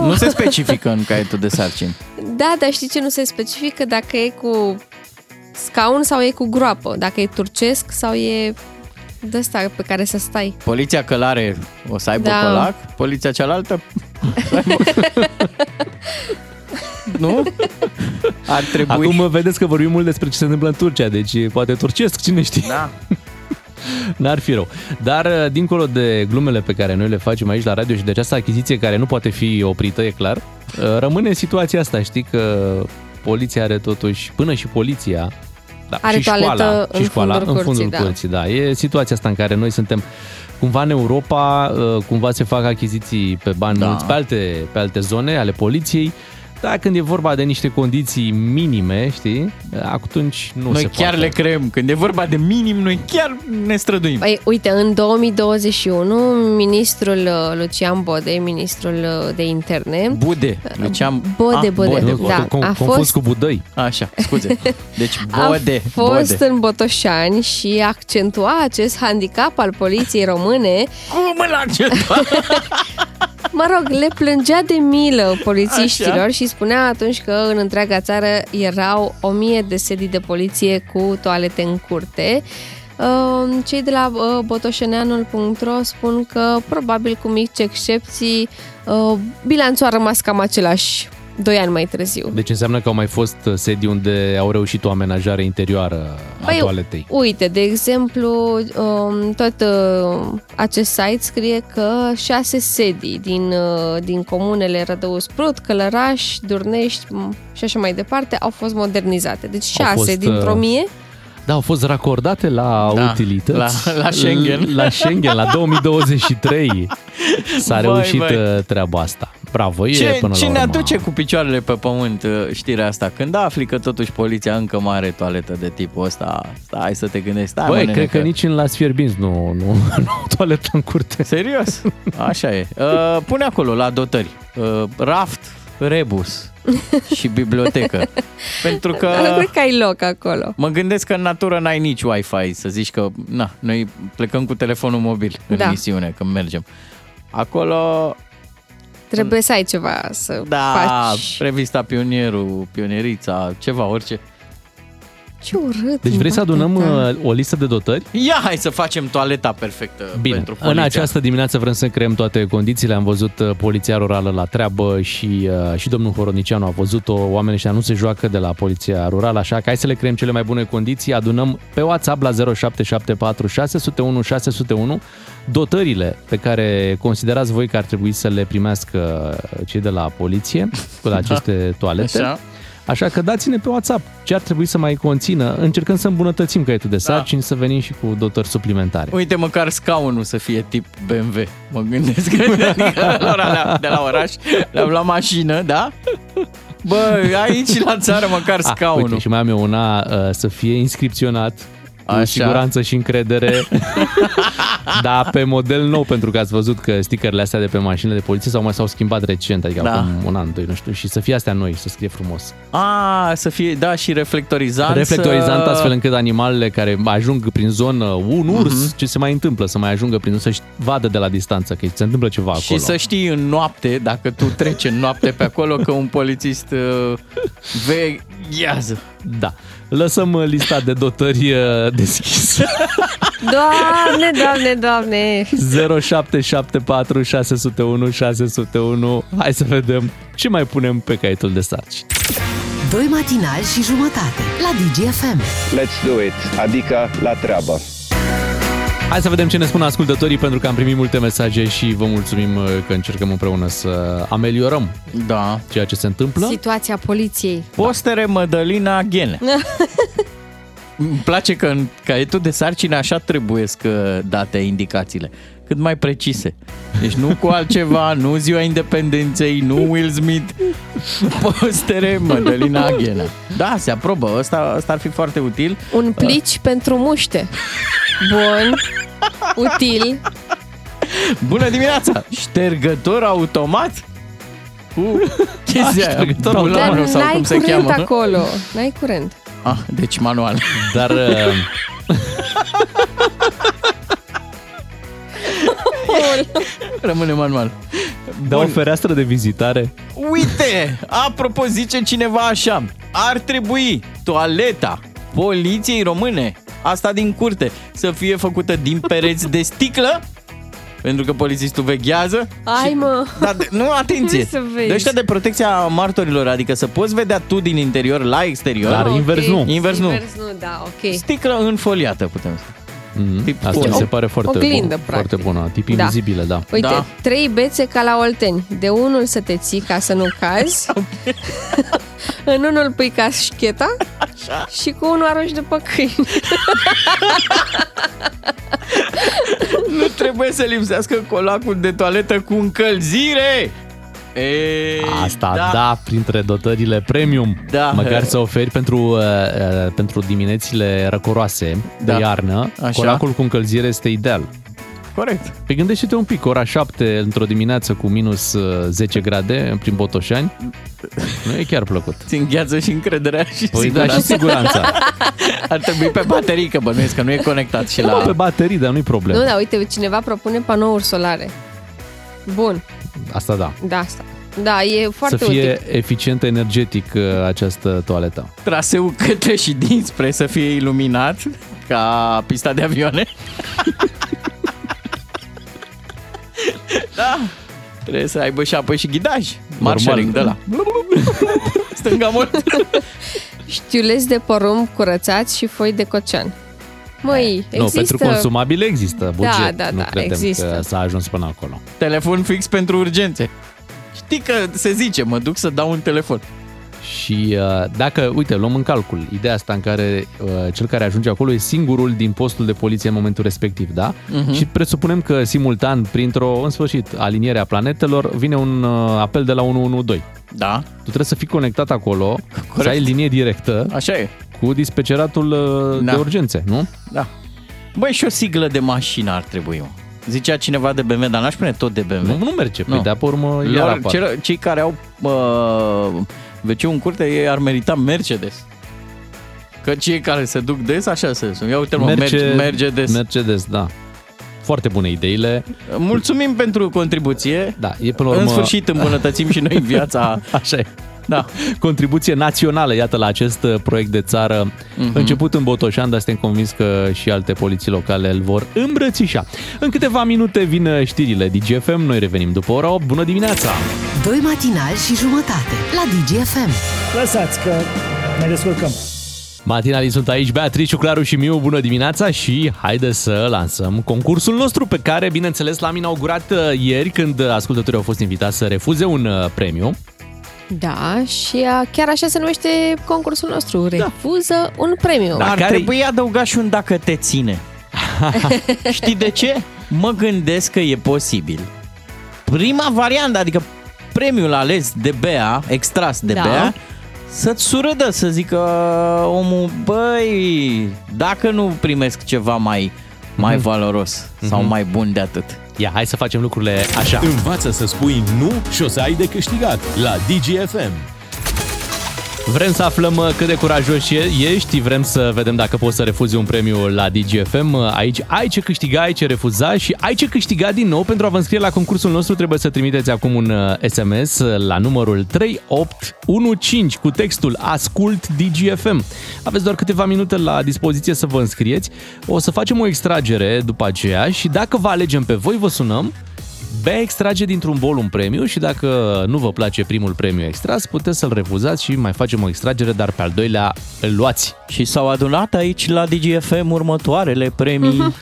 nu se specifică în caietul de sarcini. Da, dar știi ce nu se specifică? Dacă e cu scaun sau e cu groapă. Dacă e turcesc sau e de ăsta pe care să stai. Poliția călare o să aibă Da. da. colac, poliția cealaltă *laughs* nu? Ar trebui. Acum vedeți că vorbim mult despre ce se întâmplă în Turcia, deci poate turcesc, cine știe. Da. *laughs* N-ar fi rău. Dar, uh, dincolo de glumele pe care noi le facem aici la radio și de această achiziție care nu poate fi oprită, e clar, uh, rămâne situația asta. Știi că poliția are totuși, până și poliția, da, Are și școala, toaletă și în școala fundul în fundul curții, da. curții, da. E situația asta în care noi suntem cumva în Europa, uh, cumva se fac achiziții pe bani da. Da. mulți, pe alte, pe alte zone ale poliției, dar când e vorba de niște condiții minime, știi, atunci nu noi se chiar poate. le creăm. Când e vorba de minim, noi chiar ne străduim. Păi, uite, în 2021, ministrul uh, Lucian Bode, ministrul uh, de interne, Bude. Lucian... Bode, Bode, da. Con- A confuz fost- cu Budăi. Așa, scuze. Deci *laughs* a Bode, fost Bode. în Botoșani și accentua acest handicap al poliției române. Cum îl accentua? Mă rog, le plângea de milă polițiștilor Așa. și spunea atunci că în întreaga țară erau o mie de sedii de poliție cu toalete în curte. Uh, Cei de la uh, botoșeneanul.ro spun că probabil cu mici excepții uh, bilanțul a rămas cam același doi ani mai târziu. Deci înseamnă că au mai fost sedii unde au reușit o amenajare interioară a toaletei. Păi, uite, de exemplu, um, tot uh, acest site scrie că șase sedii din, uh, din comunele Rădău Sprut, Călăraș, Durnești m, și așa mai departe au fost modernizate. Deci Au șase fost, fost, uh, dintr-o mie. Da, au fost racordate la da, Da, utilități. la- la Schengen. La Schengen, la 2023 s-a Vai, reușit vai. uh, treaba asta. Bravo, e Ce, până ce la ne urmă. aduce cu picioarele pe pământ uh, știrea asta? Când afli că totuși poliția încă mai are toaletă de tipul ăsta, stai să te gândești, stai mă, Băi, nene, cred că nici în Las Fierbinți nu, *laughs* nu, nu au toaletă în curte. Serios? Așa e. Uh, pune acolo la dotări. Uh, raft, *laughs* rebus și bibliotecă. Pentru că... Dar nu Da, cred că ai loc acolo. Mă gândesc că în natură n-ai nici Wi-Fi, să zici că, na, noi plecăm cu telefonul mobil în Da. da. misiune când mergem. Acolo, Trebuie să ai ceva să da, faci. revista Pionierul, Pionierița, ceva, orice. Ce urât! Deci vrei să îmi adunăm bate, da. uh, o listă de dotări? Ia, hai să facem toaleta perfectă Bine, pentru în poliția. această dimineață vrem să creăm toate condițiile. Am văzut uh, poliția rurală la treabă și, uh, și domnul Horonicianu a văzut-o. Oamenii ăștia nu se joacă de la poliția rurală, așa că hai să le creăm cele mai bune condiții. Adunăm pe WhatsApp la 0774 601 601 dotările pe care considerați voi că ar trebui să le primească uh, cei de la poliție cu la aceste toalete. Da. Așa. Așa că dați-ne pe WhatsApp ce ar trebui să mai conțină. Încercăm să îmbunătățim caietul de Da. sarcini, să venim și cu dotări suplimentare. Uite, măcar scaunul să fie tip BMW. Mă gândesc că lor alea de la oraș le-am luat mașină, da? Bă, aici la țară măcar A, scaunul. Ah, uite, și mai am eu una uh, să fie inscripționat cu Așa. siguranță și încredere, *laughs* dar pe model nou, pentru că ați văzut că stickerele astea de pe mașinile de poliție s-au mai s-au schimbat recent, adică da. Da. acum un an, doi, nu știu, și să fie astea noi, să scrie frumos. A, să fie, da, și reflectorizant. Reflectorizant, uh, astfel încât animalele care ajung prin zonă, un Mhm. urs, ce se mai întâmplă, să mai ajungă prin să vadă de la distanță că se întâmplă ceva Și acolo. să știi în noapte, dacă tu treci în noapte pe acolo, că un polițist uh, veghează. Da. Lăsăm uh, lista de dotări uh, deschisă. Doamne, doamne, doamne! 0774 601 601 Hai să vedem ce mai punem pe caietul de sarci. Doi matinali și jumătate la DGFM. Let's do it, adică la treabă. Hai să vedem ce ne spun ascultătorii pentru că am primit multe mesaje și vă mulțumim uh, că încercăm împreună să ameliorăm da. ceea ce se întâmplă. *laughs* Situația poliției. Postere Mădălina Ghene. Îmi place că în caietul de sarcină așa trebuie că date indicațiile. Cât mai precise. Deci nu cu altceva, nu ziua independenței, nu Will Smith, postere Mădălina Aghena. Da, se aprobă. Asta, asta ar fi foarte util. Un plici pentru muște. Bun. Util. Bună dimineața! Ștergător automat? Cu chestia aia, ștergător bulanul Da, Dar sau n-ai cum se curent cheamă. acolo. N-ai curent. Ah, deci manual. *laughs* Dar... uh, Rămâne manual. Da o fereastră de vizitare. Uite, apropo zice cineva așa, ar trebui toaleta poliției române, asta din curte, să fie făcută din pereți de sticlă, pentru că polițistul veghează. Ai, mă. Dar, de- nu, atenție, Vrei să vezi. de ăștia de protecția martorilor, adică să poți vedea tu din interior la exterior. Ah, ok. Invers nu. Invers nu, da, ok. Sticlă înfoliată, putem spune. Tip Mhm. Asta folie. mi se pare foarte Oglindă, bună. practic. Foarte bună. Tip Da. invizibilă, da. Uite, *laughs* da. trei bețe ca la Olteni. De unul să te ții ca să nu cazi, *laughs* în unul pui ca șcheta Așa. și cu unul arunci după câini. Nu trebuie să lipsească colacul de toaletă cu încălzire! Ei, Asta, da. da, printre dotările premium. Da. Măcar să oferi pentru, uh, uh, pentru diminețile răcoroase da. Da. de iarnă. Așa. Colacul cu încălzire este ideal. Corect. Pe gândește-te un pic, ora 7 într-o dimineață cu minus uh, 10 grade prin Botoșani, nu e chiar plăcut. Ți îngheață și încrederea și Păi da, și siguranța. *laughs* Ar trebui pe baterii, că bănuiesc că nu e conectat și Da, mă, la... pe baterii, dar nu-i problemă. Nu, dar uite, cineva propune panouri solare. Bun, Asta da. da, asta. Da, e foarte să fie util. eficient energetic uh, această toaletă. Traseul către și dinspre să fie iluminat ca pista de avioane. da, trebuie să aibă și apă și ghidaj. Marsharing de la. Stânga mult. Știuleți de porumb curățați și foi de cocean. Măi, există... Nu, pentru consumabile există buget. da, nu da, credem există. că s-a ajuns până acolo. Telefon fix pentru urgențe. Știi că se zice, mă duc să dau un telefon. Și uh, dacă, uite, luăm în calcul ideea asta în care uh, cel care ajunge acolo e singurul din postul de poliție în momentul respectiv, da? Mhm. Uh-huh. Și presupunem că simultan, printr-o, în sfârșit, aliniere a planetelor, vine un uh, apel de la 112. Da. Tu trebuie să fii conectat acolo, Corect. să ai linie directă. Așa e. Cu dispeceratul uh, Da. de urgențe, nu? Da. Băi, și o siglă de mașină ar trebui, mă. Zicea cineva de BMW, dar n-aș pune tot de BMW. Nu, nu merge, păi de-a pe urmă iar Lor, apar. cel, Cei care au uh, veciul în curte, ei ar merita Mercedes. Că cei care se duc des, așa se sunt. Ia uite, mă, merge, merge des. Mercedes, da. Foarte bune ideile. Mulțumim pentru contribuție. Da, e până la urmă... În sfârșit îmbunătățim și *laughs* noi viața. Așa e. Da. Contribuție națională, iată, la acest uh, proiect de țară. Mhm. Mm-hmm. Început în Botoșan, dar suntem convins că și alte poliții locale îl vor îmbrățișa. În câteva minute vin uh, știrile DGFM, noi revenim după ora 8. Bună dimineața! Doi matinali și jumătate la DGFM. Lăsați că ne descurcăm. Matinalii sunt aici, Beatrice, Claru și Miu, bună dimineața și haide să lansăm concursul nostru pe care, bineînțeles, l-am inaugurat uh, ieri când ascultătorii au fost invitați să refuze un uh, premiu. Da, și a, chiar așa se numește concursul nostru. Da. Refuză un premiu. Ar trebui adăugat și un dacă te ține. Știi de ce? Mă gândesc că e posibil. Prima variantă, adică premiul ales de Bea, extras de Da. da. Bea, să-ți surâdă, să zică uh, omul, băi, dacă nu primesc ceva mai, mai Mhm. valoros sau Mhm. mai bun de atât. Ia, hai să facem lucrurile așa. Învață să spui nu și o să ai de câștigat la DGFM. Vrem să aflăm uh, cât de curajos e- ești, vrem să vedem dacă poți să refuzi un premiu la DGFM. Uh, Aici ai ce câștiga, ai ce refuza și ai ce câștiga din nou. Pentru a vă înscrie la concursul nostru trebuie să trimiteți acum un uh, SMS la numărul 3815 cu textul Ascult DGFM. Aveți doar câteva minute la dispoziție să vă înscrieți. O să facem o extragere după aceea și dacă vă alegem pe voi, vă sunăm Bea extrage dintr-un bol un premiu și dacă nu vă place primul premiu extras, puteți să-l refuzați și mai facem o extragere, dar pe al doilea îl luați. Și s-au adunat aici la DGFM următoarele premii.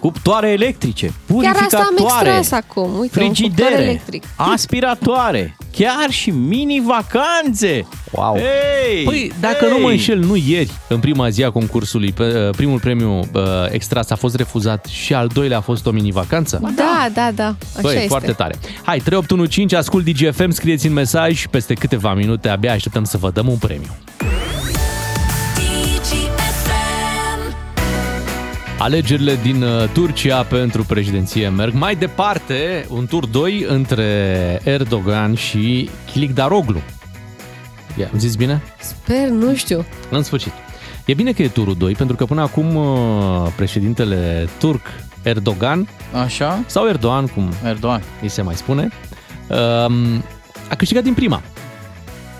Cuptoare electrice, Chiar purificatoare, asta am extras acum. Uite, un cuptor frigidere, electric. aspiratoare, chiar și mini-vacanțe. Wow! Hey, Păi, dacă hey. nu mă înșel, nu ieri, în prima zi a concursului, pe- primul premiu uh, extras a fost refuzat și al doilea a fost o mini-vacanță. Da, da, da. Așa Ah, Băi, este. foarte tare. Hai, 3815, ascult DGFM, scrieți în mesaj și peste câteva minute abia așteptăm să vă dăm un premiu. Alegerile din uh, Turcia pentru președinție merg mai departe, un tur 2 între Erdogan și Kılıçdaroğlu. Ia, am zis bine? Sper, nu știu. În sfârșit. E bine că e turul 2, pentru că până acum uh, președintele turc Erdogan Așa? sau Erdogan, cum Erdogan. îi se mai spune, um, a câștigat din prima.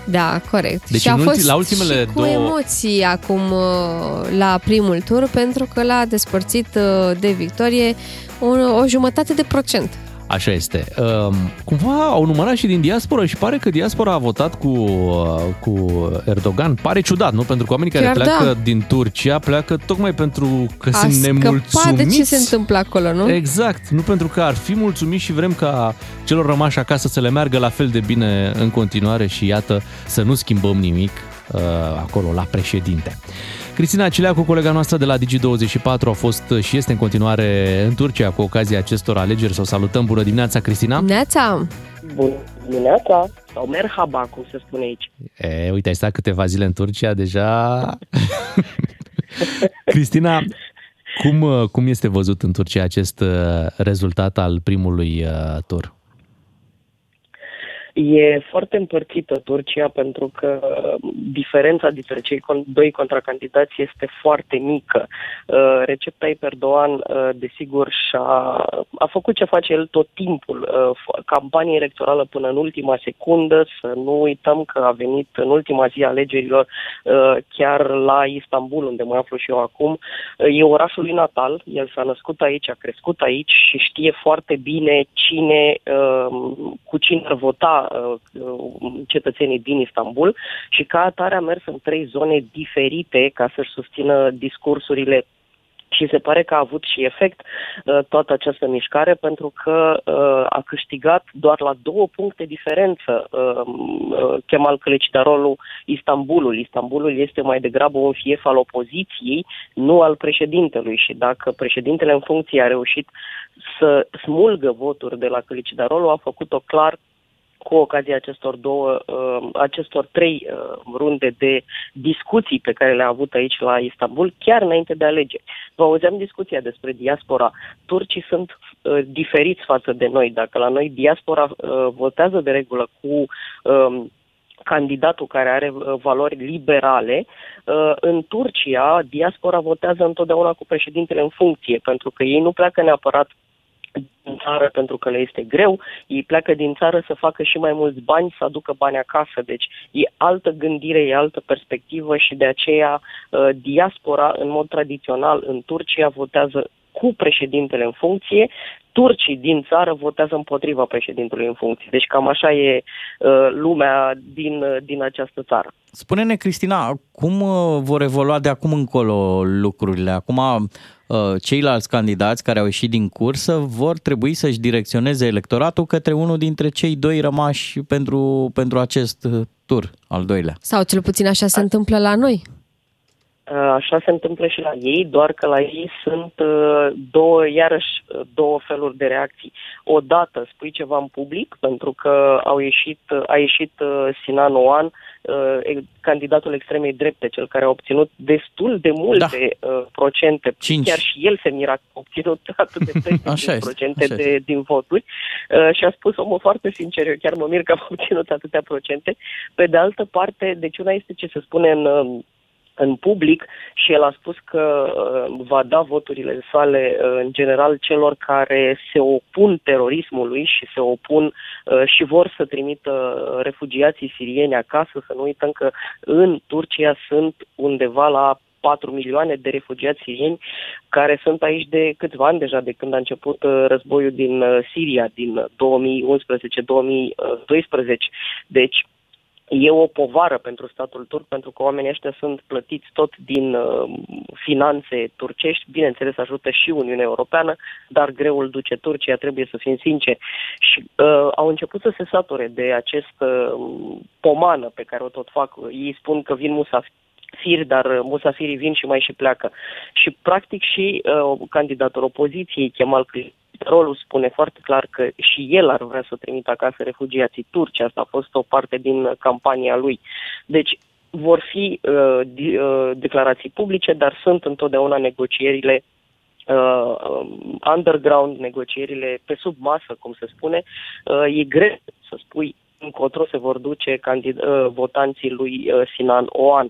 Da, corect. Deci și a în ulti- fost la ultimele și cu două- emoții acum uh, la primul tur, pentru că l-a despărțit uh, de victorie o, o jumătate de procent. Așa este. Um, cumva au numărat și din diaspora și pare că diaspora a votat cu, uh, cu Erdogan. Pare ciudat, nu? Pentru că oamenii care Chiar pleacă da. din Turcia pleacă tocmai pentru că a sunt scăpat de nemulțumiți. ce se întâmplă acolo, nu? Exact, nu pentru că ar fi mulțumiți și vrem ca celor rămași acasă să le meargă la fel de bine în continuare și iată să nu schimbăm nimic uh, acolo la președinte. Cristina Cileacu, colega noastră de la Digi24, a fost și este în continuare în Turcia cu ocazia acestor alegeri. Să o salutăm. Bună dimineața, Cristina! Neața! Bună dimineața, sau merhaba, cum se spune aici. E, uite, ai stat câteva zile în Turcia deja. *laughs* Cristina, cum, uh, cum este văzut în Turcia acest uh, rezultat al primului uh, tur? E foarte împărțită Turcia pentru că uh, diferența dintre cei con- doi contracandidați este foarte mică. Uh, Recep Tayyip Erdogan, uh, desigur, și-a, a făcut ce face el tot timpul, uh, f- campanie electorală până în ultima secundă, să nu uităm că a venit în ultima zi a alegerilor uh, chiar la Istanbul, unde mă aflu și eu acum. Uh, E orașul lui natal, el s-a născut aici, a crescut aici și știe foarte bine cine, uh, cu cine ar vota uh, uh, cetățenii din Istanbul și ca atare a mers în trei zone diferite ca să-și susțină discursurile și se pare că a avut și efect uh, toată această mișcare pentru că uh, a câștigat doar la două puncte diferență uh, uh, Kemal Kılıçdaroğlu Istanbulul. Istanbulul este mai degrabă un fief al opoziției, nu al președintelui și dacă președintele în funcție a reușit să smulgă voturi de la Kılıçdaroğlu, a făcut-o clar cu ocazia acestor două, uh, acestor trei uh, runde de discuții pe care le-a avut aici la Istanbul, chiar înainte de alegeri. Vă auzeam discuția despre diaspora. Turcii sunt uh, diferiți față de noi. Dacă la noi diaspora uh, votează de regulă cu um, candidatul care are uh, valori liberale, uh, în Turcia diaspora votează întotdeauna cu președintele în funcție, pentru că ei nu pleacă neapărat din țară pentru că le este greu, ei pleacă din țară să facă și mai mulți bani, să aducă bani acasă. Deci e altă gândire, e altă perspectivă și de aceea uh, diaspora, în mod tradițional, în Turcia votează cu președintele în funcție, turcii din țară votează împotriva președintelui în funcție. Deci cam așa e uh, lumea din, uh, din această țară. Spune-ne, Cristina, cum uh, vor evolua de acum încolo lucrurile? Acum, uh, ceilalți candidați care au ieșit din cursă vor trebui să-și direcționeze electoratul către unul dintre cei doi rămași pentru, pentru acest uh, tur, al doilea. Sau cel puțin așa se întâmplă la noi. Uh, Așa se întâmplă și la ei, doar că la ei sunt uh, două, iarăși uh, două feluri de reacții. Odată spui ceva în public, pentru că au ieșit, a ieșit uh, Sinan Oan, uh, e- candidatul extremei drepte, cel care a obținut destul de multe da. procente. Cinci. Chiar și el se mira că a obținut atât de peste *laughs* Așa este, procente așa de, din voturi uh, și a spus omul foarte sincer, eu chiar mă mir că am obținut atâtea procente. Pe de altă parte, deci una este ce se spune în... uh, în public și el a spus că uh, va da voturile sale uh, în general celor care se opun terorismului și se opun uh, și vor să trimită uh, refugiații sirieni acasă. Să nu uităm că în Turcia sunt undeva la 4 milioane de refugiați sirieni care sunt aici de câțiva ani deja, de când a început uh, războiul din uh, Siria, din uh, 2011-2012. Deci, e o povară pentru statul turc, pentru că oamenii ăștia sunt plătiți tot din uh, finanțe turcești, bineînțeles ajută și Uniunea Europeană, dar greul duce Turcia, trebuie să fim sinceri. Și uh, au început să se sature de acest uh, pomană pe care o tot fac. Ei spun că vin musafiri fir, dar uh, musafirii vin și mai și pleacă. Și practic și uh, candidatul opoziției, Kemal Kılıçdaroğlu, Rolul spune foarte clar că și el ar vrea să trimită acasă refugiații turci. Asta a fost o parte din uh, campania lui. Deci vor fi uh, di- uh, declarații publice, dar sunt întotdeauna negocierile uh, um, underground, negocierile pe sub masă, cum se spune. Uh, e greu să spui încotro se vor duce candid- uh, votanții lui uh, Sinan Oan.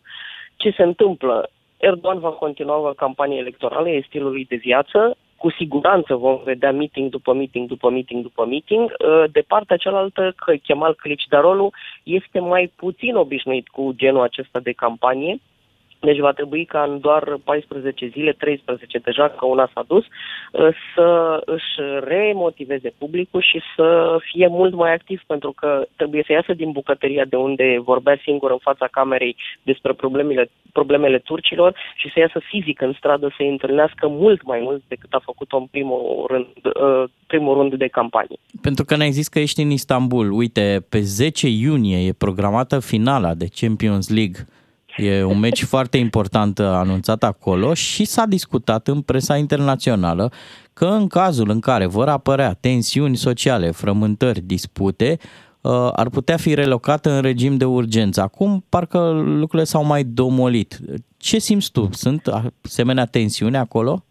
Ce se întâmplă? Erdogan va continua o campanie electorală, e stilul lui de viață, cu siguranță vom vedea meeting după meeting după meeting după meeting. Uh, De partea cealaltă, că Kemal Kılıçdaroğlu este mai puțin obișnuit cu genul acesta de campanie, deci va trebui ca în doar 14 zile, 13 deja, că una s-a dus, uh, să își remotiveze publicul și să fie mult mai activ, pentru că trebuie să iasă din bucătăria de unde vorbea singur în fața camerei despre problemele, problemele turcilor și să iasă fizic în stradă, să-i întâlnească mult mai mult decât a făcut-o în primul rând, uh, primul rând de campanie. Pentru că ne-ai zis că ești în Istanbul. Uite, pe 10 iunie e programată finala de Champions League. E un meci *laughs* foarte important uh, anunțat acolo și s-a discutat în presa internațională că în cazul în care vor apărea tensiuni sociale, frământări, dispute, uh, ar putea fi relocată în regim de urgență. Acum parcă lucrurile s-au mai domolit. Ce simți tu? Sunt asemenea tensiuni acolo?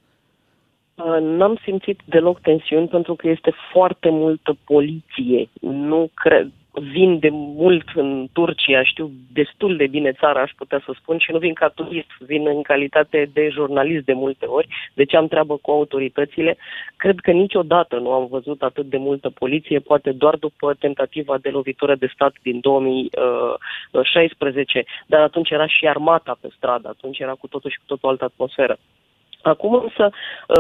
Uh, N-am simțit deloc tensiuni pentru că este foarte multă poliție. Nu cred. Vin de mult în Turcia, știu destul de bine țara, aș putea să spun, și nu vin ca turist, vin în calitate de jurnalist de multe ori, deci am treabă cu autoritățile. Cred că niciodată nu am văzut atât de multă poliție, poate doar după tentativa de lovitură de stat din 2016, dar atunci era și armata pe stradă, atunci era cu totul și cu totul altă atmosferă. Acum însă uh,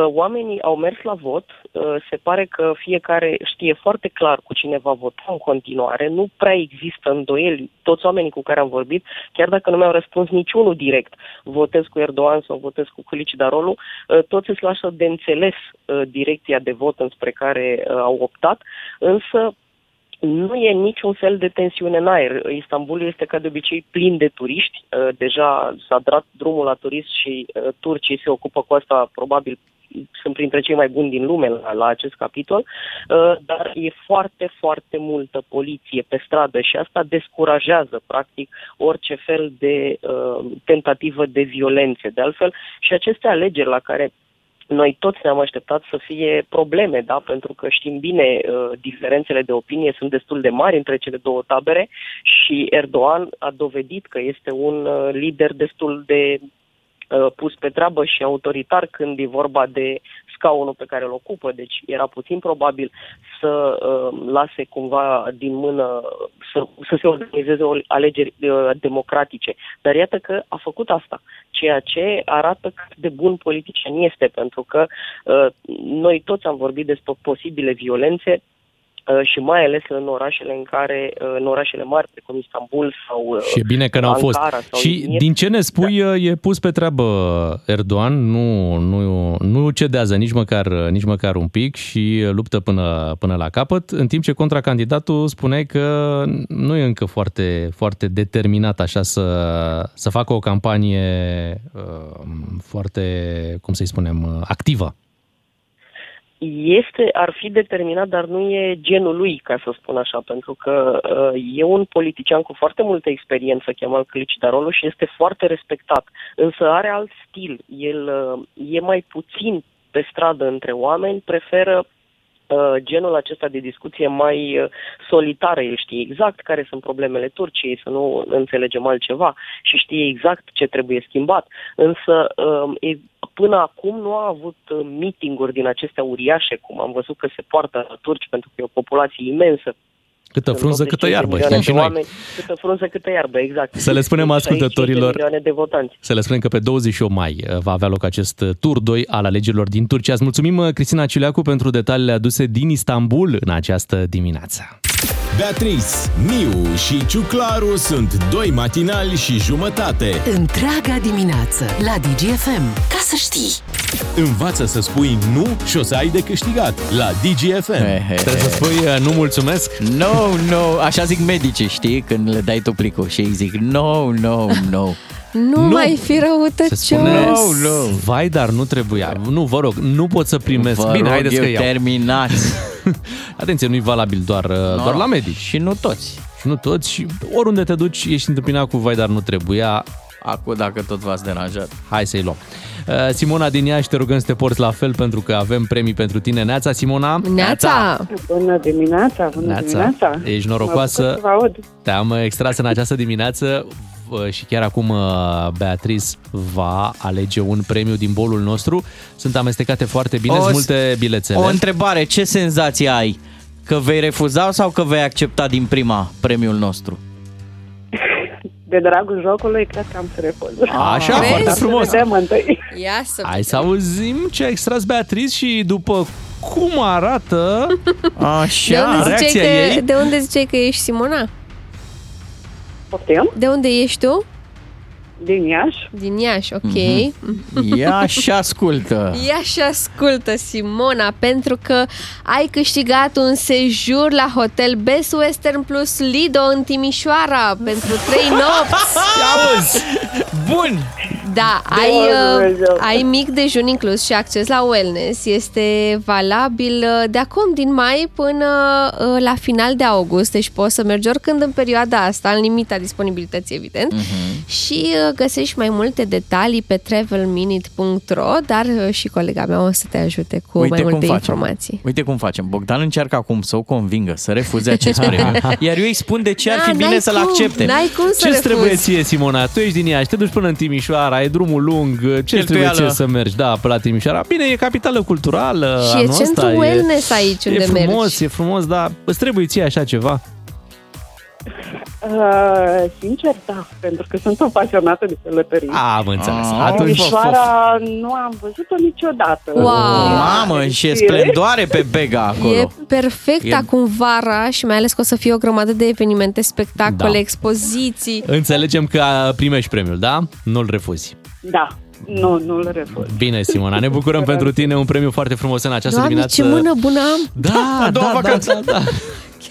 oamenii au mers la vot, uh, se pare că fiecare știe foarte clar cu cine va vota în continuare, nu prea există îndoieli, toți oamenii cu care am vorbit, chiar dacă nu mi-au răspuns niciunul direct, votez cu Erdogan sau votez cu Culici Darolu, uh, toți îți lasă de înțeles uh, direcția de vot înspre care uh, au optat, însă nu e niciun fel de tensiune în aer. Istanbulul este ca de obicei plin de turiști. Uh, Deja s-a dat drumul la turism și uh, turcii se ocupă cu asta probabil sunt printre cei mai buni din lume la, la acest capitol, uh, dar e foarte, foarte multă poliție pe stradă și asta descurajează, practic, orice fel de uh, tentativă de violențe. De altfel, și aceste alegeri la care noi toți ne-am așteptat să fie probleme, da? pentru că știm bine uh, diferențele de opinie sunt destul de mari între cele două tabere și Erdogan a dovedit că este un uh, lider destul de uh, pus pe treabă și autoritar când e vorba de scaunul pe care îl ocupă, deci era puțin probabil să uh, lase cumva din mână, să, să se organizeze o alegeri uh, democratice. Dar iată că a făcut asta, ceea ce arată cât de bun politician este, pentru că uh, noi toți am vorbit despre posibile violențe, uh, și mai ales în orașele în care uh, în orașele mari precum Istanbul sau uh, Și e bine că n-au fost. Ankara sau Da. Și Izmir. din ce ne spui, e pus pe treabă Erdogan, nu, nu, nu cedează nici măcar, nici măcar un pic și luptă până, până la capăt, în timp ce contracandidatul spune că nu e încă foarte, foarte determinat așa să, să facă o campanie uh, foarte, cum să-i spunem, uh, activă. este, ar fi determinat, dar nu e genul lui, ca să spun așa, pentru că uh, e un politician cu foarte multă experiență, Kemal Kılıçdaroğlu, și este foarte respectat, însă are alt stil. El uh, e mai puțin pe stradă între oameni, preferă uh, genul acesta de discuție mai uh, solitară. El știe exact care sunt problemele Turciei, să nu înțelegem altceva și știe exact ce trebuie schimbat. Însă, um, e- până acum nu a avut uh, meeting-uri din acestea uriașe, cum am văzut că se poartă la turci, pentru că e o populație imensă. Câtă frunză, câtă iarbă, știm milioane și de noi. oameni, câtă frunză, câtă iarbă, exact. Să le spunem 65 de ascultătorilor- milioane de votanți. Să le spunem că pe 28 mai uh, va avea loc acest uh, tur 2 al alegerilor din Turcia. Îți mulțumim, uh, Cristina Ciuleacu, pentru detaliile aduse din Istanbul în această dimineață. Beatrice, Miu și Ciuclaru sunt doi matinali și jumătate. Întreaga dimineață la DGFM. Ca să știi! Învață să spui nu și o să ai de câștigat la DGFM. Trebuie să spui uh, nu mulțumesc? No, no, așa zic medicii, știi? Când le dai tu plicul și îi zic no, no, no. Nu, nu mai fi răutăcios. Vai, dar nu trebuia. Nu, vă rog, nu pot să primesc. Vă Bine, rog, haideți eu că iau. terminați. *laughs* Atenție, nu-i valabil doar, no. doar la medici. Și nu toți. Și nu toți. Și oriunde te duci, ești întâmpinat cu vai, dar nu trebuia. Acum, dacă tot v-ați deranjat. Hai să-i luăm. Uh, Simona din Iași, te rugăm să te porți la fel pentru că avem premii pentru tine. Neața, Simona! Bună dimineața, bună dimineața! Ești norocoasă. Mă bucur să vă aud. Te-am extras în această dimineață uh, și chiar acum uh, Beatrice va alege un premiu din bolul nostru. Sunt amestecate foarte bine, O sunt s- multe bilețele. O întrebare, ce senzație ai? Că vei refuza sau că vei accepta din prima premiul nostru? De dragul jocului, cred că am să refuz. Așa, Vezi? foarte frumos. Să vedem întâi. Ia să Hai să auzim ce a extras Beatrice și după cum *laughs* arată De așa, unde, reacția ziceai Deci că, ei. de unde ziceai că ești Simona? Poftim? De unde ești tu? Din Iași. Din Iași, ok. Mhm. *laughs* Ia și ascultă. Ia și ascultă, Simona, pentru că ai câștigat un sejur la hotel Best Western Plus Lido în Timișoara pentru 3 nopți. Auzi! Bun! Da, Doamne ai, uh, Dumnezeu! ai mic dejun inclus și acces la wellness. Este valabil uh, de acum din mai până uh, la final de august, deci poți să mergi oricând în perioada asta, în limita disponibilității, evident. Mhm. Și uh, găsești mai multe detalii pe travelminute.ro, dar uh, și colega mea o să te ajute cu mai multe informații. Uite cum facem. Bogdan încearcă acum să o convingă să refuze acest premiu. Iar eu îi spun de ce ar Da, fi bine n-ai să-l cum, accepte. n-ai cum să Ce-ți refuzi. trebuie ție, Simona? Tu ești din Iași, te duci până în Timișoara, ai drumul lung, ce trebuie Cheltuială. ție să mergi? Da, până la Timișoara. Bine, e capitală culturală Și e anul centru ăsta, wellness aici e unde frumos, mergi. E frumos, dar îți trebuie ție așa ceva. Uh, sincer, da, pentru că sunt o pasionată de pelătării. A, am înțeles. Ah, Atunci, Timișoara nu am văzut-o niciodată. Wow! Mamă, și e splendoare pe bega acolo. E perfect E- acum vara și mai ales că o să fie o grămadă de evenimente, spectacole, Da. expoziții. înțelegem că primești premiul, da? Nu-l refuzi. Da, nu, nu-l refuz. Bine, Simona, ne bucurăm pentru tine, un premiu foarte frumos în această Doamne, dimineață. ce mână bună am! *laughs* Da, A doua da, da, vacanță. da, da.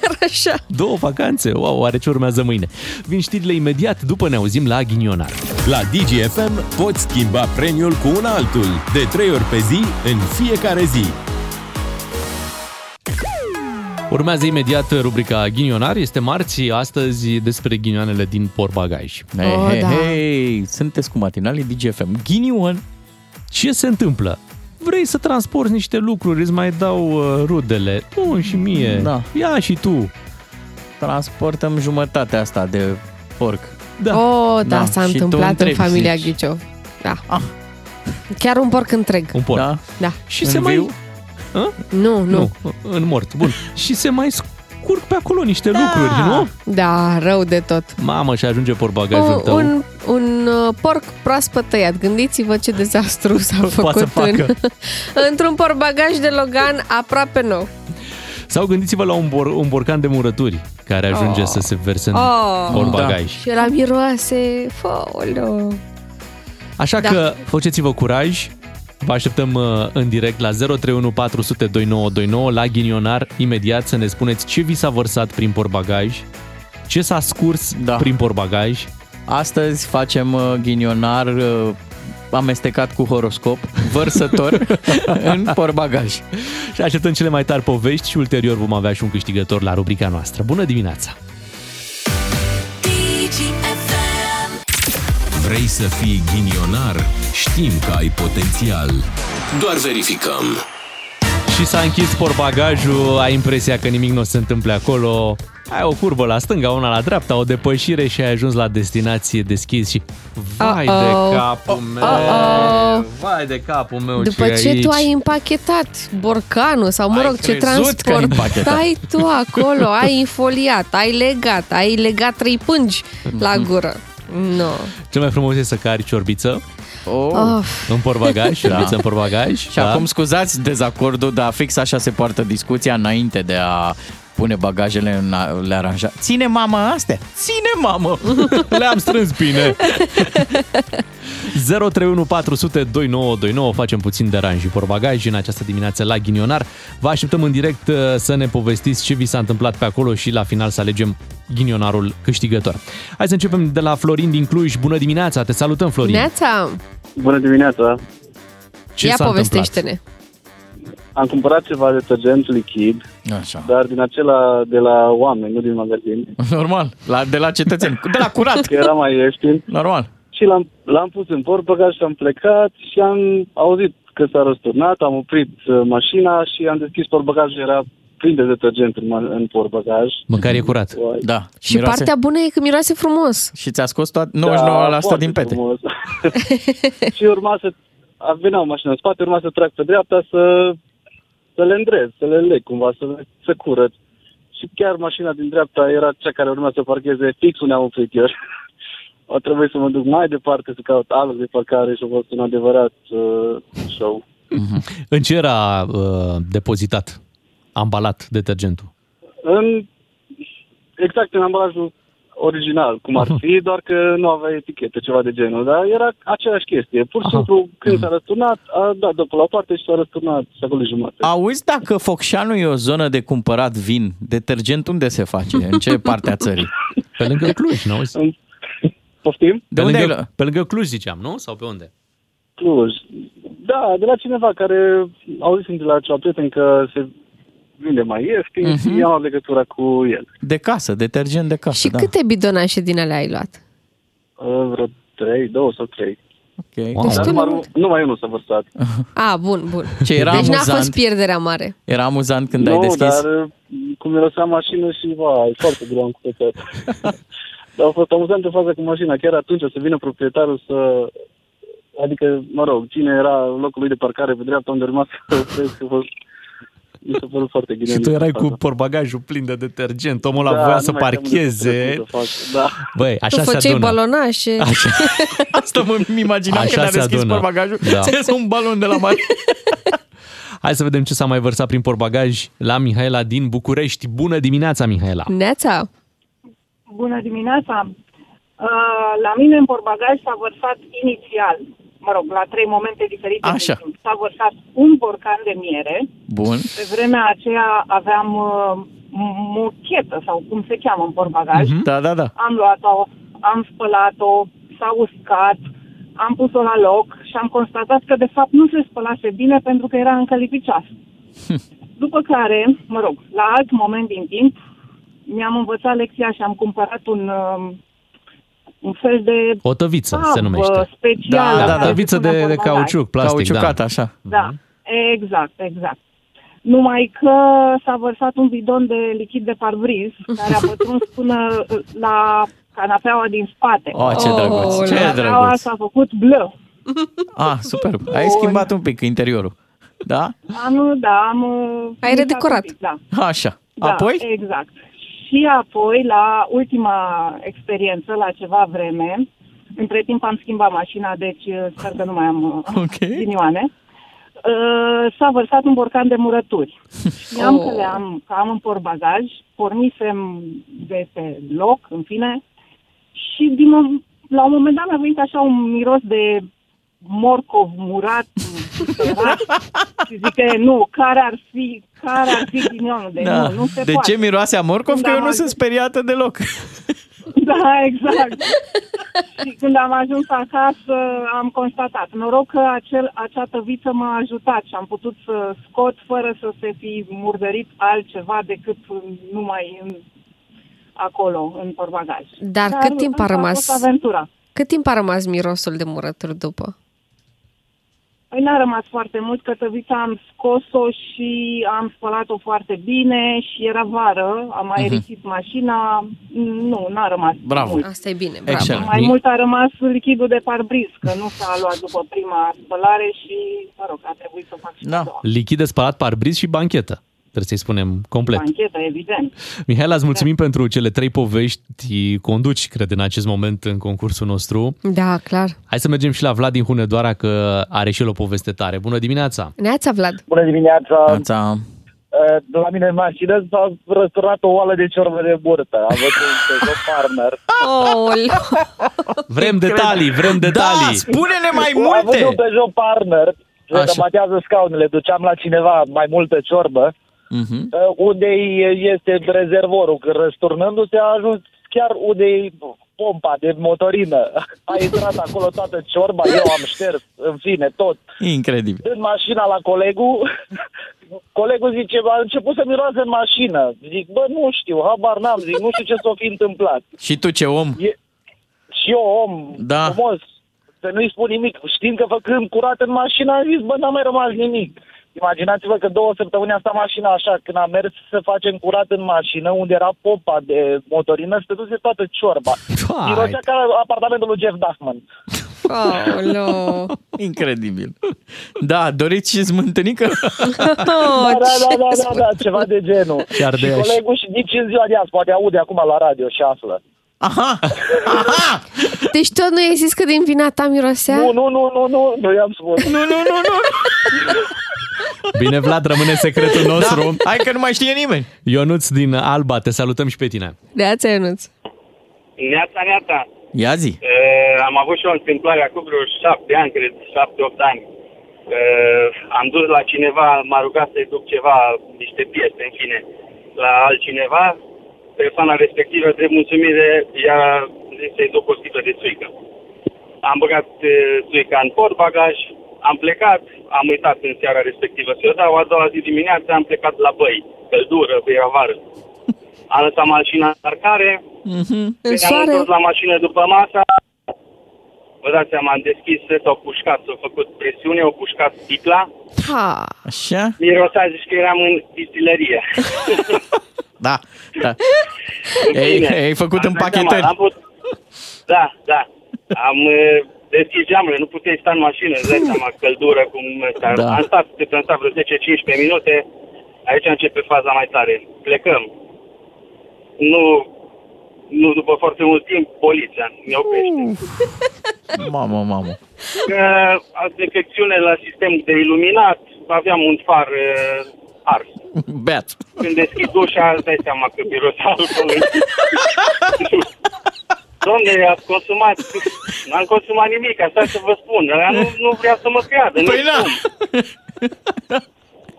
Chiar așa! Două vacanțe, wow, oare ce urmează mâine? Vin știrile imediat, după ne auzim la Ghinionar. La DGFM poți schimba premiul cu un altul, de 3 ori pe zi, în fiecare zi. Urmează imediat rubrica Ghinionar, este marți, astăzi despre ghinioanele din porbagaj. Hei, Oh, hei, da. hei, sunteți cu matinale DGFM. Ghinion! Ce se întâmplă? Vrei să transporti niște lucruri, îți mai dau uh, rudele, tu și mie, Da. ia și tu. Transportăm jumătatea asta de porc. Da. Oh, da, Da, s-a și tu întâmplat în întrebi, familia zici. Ghiciov. Da. Chiar un porc întreg. Ah. Un porc. Da. Da. Și se mai... Hă? Nu, nu. nu. În mort, bun. și se mai scurg pe acolo niște da. lucruri, nu? Da, rău de tot. Mamă, și ajunge porbagajul Un, tău. un, un uh, porc proaspăt tăiat. Gândiți-vă ce dezastru s-a Poate făcut să facă. în, *laughs* într-un porbagaj de Logan aproape nou. Sau gândiți-vă la un, bor- un borcan de murături care ajunge Oh. oh. să se verse în Oh. oh. porbagaj. Da. Și la miroase, folio. Așa Da. da. că faceți-vă curaj, vă așteptăm uh, în direct la 031 400 2929 la ghinionar imediat să ne spuneți ce vi s-a vărsat prin porbagaj, ce s-a scurs da. prin porbagaj. Astăzi facem uh, ghinionar uh, amestecat cu horoscop, *laughs* vărsător, *laughs* în porbagaj. Și așteptăm cele mai tari povești și ulterior vom avea și un câștigător la rubrica noastră. Bună dimineața! Vrei să fii ghinionar? Știm că ai potențial. Doar verificăm. Și s-a închis porbagajul, ai impresia că nimic nu o să se întâmple acolo. Ai o curbă la stânga, una la dreapta, o depășire și ai ajuns la destinație deschis și... Vai Uh-oh. de capul meu! Uh-oh. Vai de capul meu După ce aici. tu ai împachetat borcanul sau, mă Ai rog, ce crezut că-l transport împachetat. ai tu *laughs* acolo, ai infoliat, ai legat, ai legat trei pângi la Mhm. gură. Nu. No. Cel mai frumos e să cari ciorbiță Oh. în *laughs* Da. porbagaj, ciorbiță în porbagaj. da. Și acum scuzați dezacordul, dar fix așa se poartă discuția înainte de a pune bagajele, în a- le aranja. Ține mamă astea! Ține *laughs* mamă! Le-am strâns bine! 031402929 Facem puțin deranj și porbagaj în această dimineață la Ghinionar. Vă așteptăm în direct uh, să ne povestiți ce vi s-a întâmplat pe acolo și la final să alegem ghinionarul câștigător. Hai să începem de la Florin din Cluj. Bună dimineața! Te salutăm, Florin! Neața, Bună dimineața! Ce ia s-a întâmplat? povestește-ne. Am cumpărat ceva detergent lichid, Așa. dar din acela de la oameni, nu din magazin. Normal, la, de la cetățeni, de la curat. Că era mai ieftin. Normal. Și l-am, l-am pus în portbagaj și am plecat și am auzit că s-a răsturnat, am oprit uh, mașina și am deschis portbagajul, era plin de detergent în, ma- în portbagaj. Măcar e curat. Da. Și partea bună e că miroase frumos. Și ți-a scos tot 99% Da, foarte din pete. *laughs* Frumos. și urma să... a- Venea o mașină în spate, urma să trag pe dreapta să, să le îndrez, să le leg cumva, să, le- să curăț. Și chiar mașina din dreapta era cea care urma să parcheze fix unde am oprit eu. *laughs* O trebuie să mă duc mai departe să caut alt de parcare și a fost un adevărat uh, show. Mhm. În ce era uh, depozitat, ambalat detergentul? În, exact în ambalajul original, cum Mhm. ar fi, doar că nu avea etichetă, ceva de genul, dar era aceeași chestie. Pur și simplu, Mhm. când s-a răsturnat, a dat de pe la o parte și s-a răsturnat și acolo jumătate. Auzi dacă Focșanu e o zonă de cumpărat vin, detergent unde se face? În ce parte a țării? *laughs* Pe lângă Cluj, nu auzi? Poftim? Pe De unde ai lângă, luat? pe lângă Cluj ziceam, nu? Sau pe unde? Cluj. Da, de la cineva care auzisem de la ceva prieten că se vinde mai ieftin Mhm. uh-huh. și am legătura cu el. De casă, detergent de casă, Și da. câte bidonașe din alea ai luat? Uh, Vreo trei, două sau trei. Ok. Deci Wow. Destul Dar de numărul, mult. numai unul s-a vărsat. A, bun, bun. Ce era deci n-a amuzant. fost pierderea mare. Era amuzant când nu, ai deschis? dar uh, cum mirosea mașină și, vai, foarte greu am *laughs* curățat. dar a fost amuzant în faza cu mașina. Chiar atunci să vină proprietarul să... Adică, mă rog, cine era în locul lui de parcare pe dreapta unde urma să *laughs* opresc, a fost... Mi s-a părut foarte genial. Și tu erai cu faza. portbagajul plin de detergent, omul ăla Da, voia nu să mai știam unde parcheze. să fac, da. Băi, așa tu se făceai adună. balonașe. Așa. *laughs* Asta mă imaginam Așa când a se deschis adună. portbagajul. Da. Ți-a ies un balon de la mare. Hai să vedem ce s-a mai vărsat prin portbagaj la Mihaela din București. Bună dimineața, Mihaela! Neața. Bună dimineața! Uh, La mine în portbagaj s-a vărsat inițial, mă rog, la trei momente diferite. de Așa. timp. S-a vărsat un borcan de miere. Bun. Pe vremea aceea aveam uh, m- mochetă sau cum se cheamă în portbagaj. Mhm. Da, da, da. Am luat-o, am spălat-o, s-a uscat, am pus-o la loc și am constatat că de fapt nu se spălase bine pentru că era încă lipiceasă. Hm. După care, mă rog, la alt moment din timp, mi-am învățat lecția și am cumpărat un, uh, un fel de O tăviță se Ah, Tabă numește. specială, da, da. care Tăviță se pune de, de acolo, da. cauciuc, plastic. Cauciucată, da. așa. Da, exact, exact. Numai că s-a vărsat un bidon de lichid de parbriz care a *laughs* pătruns până la canapeaua din spate. Oh, ce drăguț, ce Canapeaua drăguț. s-a făcut blă. Ah, superb. Ai schimbat un pic interiorul. Da? Am, da, am... Ai redecorat. Pic, da. Așa. Da, Apoi? exact. Și apoi, la ultima experiență, la ceva vreme, între timp am schimbat mașina, deci uh, sper că nu mai am uh, okay. *laughs* ghinioane, uh, s-a vărsat un borcan de murături. Știam Oh. că le am, că am în portbagaj, pornisem de pe loc, în fine, și din, mom- la un moment dat mi-a venit așa un miros de morcov murat, *laughs* supărat, și zic că nu, care ar fi, care ar fi ghinionul de nu, nu se Da. de poate. ce miroase a morcov? Că Da, eu nu mă- sunt speriată deloc. Da, exact. și când am ajuns acasă, am constatat. Noroc că acel, acea tăviță m-a ajutat și am putut să scot fără să se fi murdărit altceva decât numai în, acolo, în portbagaj. Dar, cât timp a asta rămas? fost aventura. Cât timp a rămas mirosul de murături după? Păi n-a rămas foarte mult, că tăvița am scos-o și am spălat-o foarte bine și era vară, am Mhm. mai aerisit mașina, nu, n-a rămas Bravo. mult. Asta e bine, bravo. Excelent. Mai Mi- mult a rămas lichidul de parbriz, că nu s-a luat după prima spălare și, mă rog, a trebuit să fac și da. Da. Lichid de spălat parbriz și banchetă. Trebuie să-i spunem complet. anchetă, Da, evident. Mihaela, îți mulțumim pentru cele trei povești. Conduci, cred, în acest moment în concursul nostru. Da, clar. Hai să mergem și la Vlad din Hunedoara, că are și el o poveste tare. Bună dimineața! Neața, Vlad. Bună dimineața! Neața. uh, de la mine în mașină s-a răsturnat o oală de ciorbă de burtă. Am văzut pe Joe Farmer. Oh, Vrem detalii, vrem detalii. spune-ne mai Am multe! văzut pe Joe Farmer, Așa. rădămatează scaunele, duceam la cineva mai multă ciorbă, Mhm. uh, unde este rezervorul. Când răsturnându-se a ajuns chiar unde e pompa de motorină. A intrat acolo toată ciorba, eu am șters, în fine, tot. Incredibil. în mașina la colegul, colegul zice, a început să miroase în mașină. Zic, bă, nu știu, habar n-am, zic, nu știu ce s-a fi întâmplat. Și tu ce om? E, și eu, om, Da. frumos, să nu-i spun nimic, știind că făcând curat în mașină, am zis, bă, n-a mai rămas nimic. Imaginați-vă că două săptămâni am stat mașina așa, când am mers să facem curat în mașină, unde era popa de motorină, stătuse toată ciorba. Vai. Mirosea ca apartamentul lui Jeff Dachman. Aoleu. *laughs* Incredibil. Da, doriți și smântânică? *laughs* da, da, da, da, da, da, ceva de genul. Și Ardeaș. și colegul și nici în ziua de azi, poate aude acum la radio și află. *laughs* Aha! Deci tot nu i-ai zis că din vina ta mirosea? Nu, nu, nu, nu, nu, nu i-am spus. Nu, nu, nu, nu. Bine, Vlad, rămâne secretul nostru. Da. Hai că nu mai știe nimeni. Ionuț din Alba, te salutăm și pe tine. Neața, Ionuț. *laughs* Neața, neața. Ia zi. E, am avut și o întâmplare acum vreo șapte ani, cred, șapte, opt ani. E, am dus la cineva, m-a rugat să-i duc ceva, niște piese, în fine, la altcineva. Persoana respectivă, drept mulțumire, i-a zis să-i duc o sticlă de țuică. Am băgat e, țuica în portbagaj, am plecat, am uitat în seara respectivă să o dau, a doua zi dimineața am plecat la băi, căldură, era vară. Am lăsat mașina în parcare, În Când am soare? întors la mașină după masa, vă dați seama, am deschis, s-au pușcat, s-au făcut presiune, au pușcat sticla. *laughs* Ha. Așa? Mirosea zici că eram în *laughs* distilărie. Da, da. Bine. Ei, ai făcut Am în dat pachetări. seama, Am put... Da, da. Am eh, deschis geamurile, nu puteai sta în mașină, îți *laughs* dai seama, căldură, cum ăsta. Da. Am stat, cât am stat vreo 10-15 minute, aici începe faza mai tare. Plecăm. Nu, nu după foarte mult timp, poliția ne oprește. Mamă, mamă. că ați defecțiune la sistemul de iluminat, aveam un far uh, ars. Beat. Când deschid ușa, îți dai seama că mirosea alcool. Domne, ați consumat... N-am consumat nimic, asta să vă spun. Ăla nu, nu vrea să mă creadă. Păi da. nu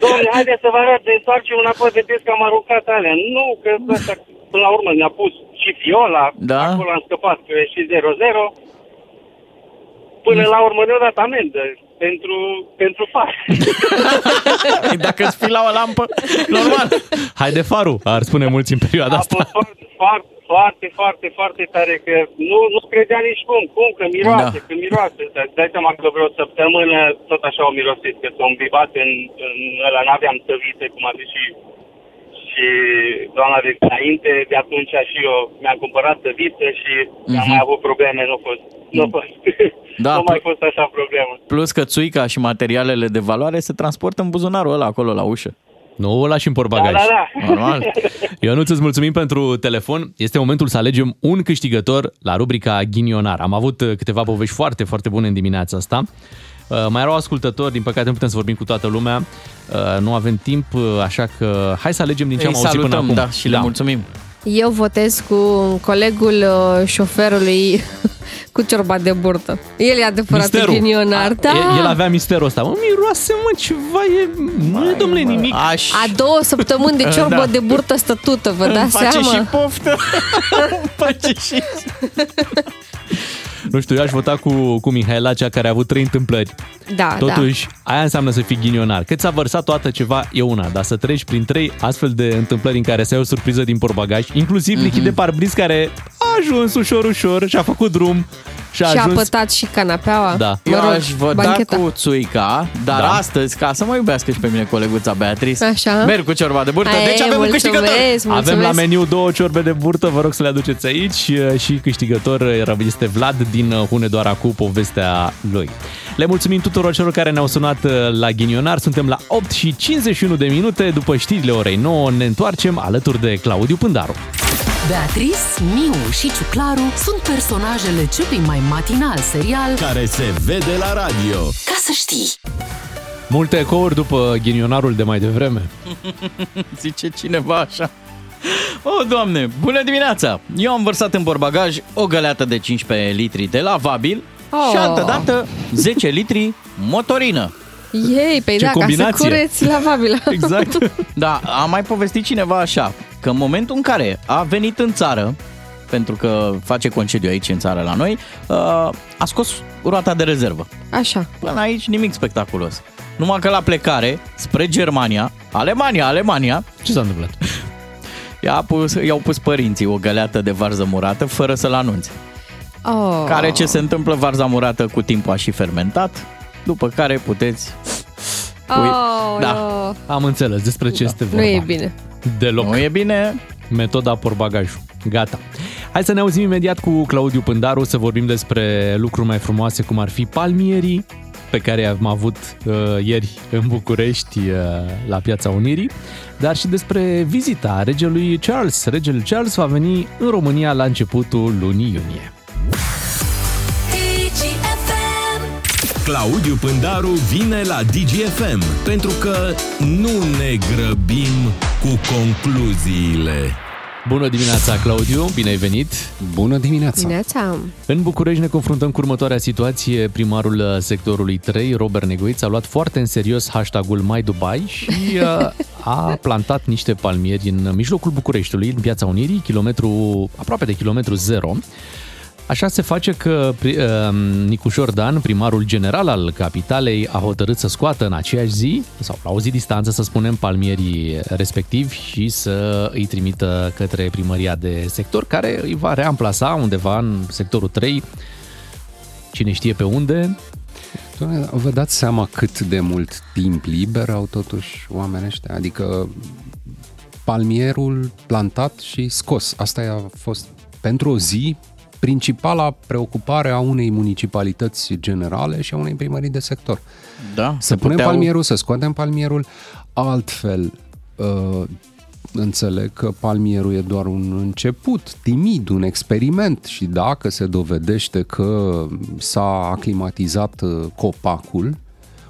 Domne, haideți să vă arăt, ne întoarcem înapoi, vedeți că am aruncat alea. Nu, că asta, până la urmă ne-a pus și Viola, Da. acolo am scăpat, că e și 0-0. Până la urmă ne-au dat amendă pentru, pentru *laughs* far. Păi Dacă îți fi la o *laughs* lampă, normal. Hai de faru, ar spune mulți în perioada asta. foarte, foarte, foarte, foarte tare că nu, nu credea nici cum, cum, că miroase, Da. că miroase. Dar îți dai seama că vreo săptămână tot așa o mirosit, că s-a îmbibat în, în ăla, n-aveam tăvite, cum a zis și, și doamna de înainte, de atunci și eu mi-am cumpărat tăviță și mm-hmm. am Mhm. mai avut probleme, nu a fost, nu a fost, *laughs* Da, da, nu a mai fost așa problemă. Plus că țuica și materialele de valoare se transportă în buzunarul ăla acolo la ușă. Nu o lași în portbagaj. Da, da, da. Normal. Ionuț, îți mulțumim pentru telefon. Este momentul să alegem un câștigător la rubrica Ghinionar. Am avut uh, câteva povești foarte, foarte bune în dimineața asta. Uh, Mai erau ascultători, din păcate nu putem să vorbim cu toată lumea, Uh, nu avem timp, uh, așa că hai să alegem din ce Îi am auzit până salutăm, acum. da, și le mulțumim. Eu votez cu colegul uh, șoferului cu ciorba de burtă. El e adevărat Misterul. ghinionar. Da. E- El avea misterul ăsta. Mă, miroase, mă, ceva e... Nu, domnule, nimic. Aș... A două săptămâni de ciorbă *laughs* Da. de burtă stătută, vă Îmi dați face seama? și *laughs* poftă. face și... Nu știu, eu aș vota cu, cu Mihaela, cea care a avut trei întâmplări. Da, Totuși, da. aia înseamnă să fii ghinionar. Cât s-a vărsat toată ceva e una, dar să treci prin trei astfel de întâmplări în care să ai o surpriză din porbagaj, inclusiv mm-hmm. lichid de parbriz care a ajuns ușor, ușor și a făcut drum și a da. Și a ajuns... pătat și canapeaua. Da. Mă Eu rog, aș vota bancheta. cu țuica, dar Da. astăzi, ca să mă iubească și pe mine coleguța Beatrice, Așa. merg cu ciorba de burtă, Ei, deci avem un mulțumesc, câștigător. mulțumesc. Avem la meniu două ciorbe de burtă, vă rog să le aduceți aici și câștigător uh, este Vlad din uh, Hunedoara cu povestea lui. Le mulțumim tuturor celor care ne-au sunat uh, la Ghinionar, suntem la 8 și 51 de minute, după știrile orei 9 ne întoarcem alături de Claudiu Pândaru. Beatrice, Miu și Ciuclaru sunt personajele celui mai matinal serial Care se vede la radio. Ca să știi! Multe ecouri după ghinionarul de mai devreme. *laughs* Zice cineva așa. O, doamne, bună dimineața! Eu am vărsat în borbagaj o găleată de 15 litri de lavabil oh. și Oh. altă dată 10 litri motorină. Ei, pe Ce da, ca să combinație! cureți lavabila. Exact. Exact. *laughs* Da, a mai povestit cineva așa, că în momentul în care a venit în țară, pentru că face concediu aici în țară la noi, uh, a scos roata de rezervă. Așa. Până aici nimic spectaculos. Numai că la plecare spre Germania, Alemania, Alemania... Ce s-a întâmplat? I-a pus, i-au pus părinții o găleată de varză murată fără să-l anunțe. Oh. Ah. Care ce se întâmplă, varza murată cu timpul a și fermentat, după care puteți... Oh, da. Am înțeles despre ce este Da. Nu vorba. e bine. Deloc. Nu e bine. Metoda porbagajul. Gata. Hai să ne auzim imediat cu Claudiu Pândaru să vorbim despre lucruri mai frumoase, cum ar fi palmierii, pe care am avut uh, ieri în București, uh, la Piața Unirii, dar și despre vizita regelui Charles. Regele Charles va veni în România la începutul lunii iunie. Claudiu Pândaru vine la DGFM pentru că nu ne grăbim cu concluziile. Bună dimineața, Claudiu! Bine ai venit! Bună dimineața! Dimineața. În București ne confruntăm cu următoarea situație. Primarul uh, sectorului 3, Robert Negoiț, a luat foarte în serios hashtagul Mai Dubai și uh, a plantat niște palmieri în mijlocul Bucureștiului, în Piața Unirii, kilometru, aproape de kilometru zero. Așa se face că pri- uh, Nicu Jordan, primarul general al capitalei, a hotărât să scoată în aceeași zi, sau la o zi distanță, să spunem, palmierii respectivi și să îi trimită către primăria de sector, care îi va reamplasa undeva în sectorul 3, cine știe pe unde. Doamne, Vă dați seama cât de mult timp liber au totuși oamenii ăștia? Adică palmierul plantat și scos. Asta a fost pentru o zi principala preocupare a unei municipalități generale și a unei primării de sector. Da, Să punem puteau... palmierul, să scoatem palmierul. Altfel, uh, înțeleg că palmierul e doar un început, timid, un experiment și dacă se dovedește că s-a aclimatizat uh, copacul,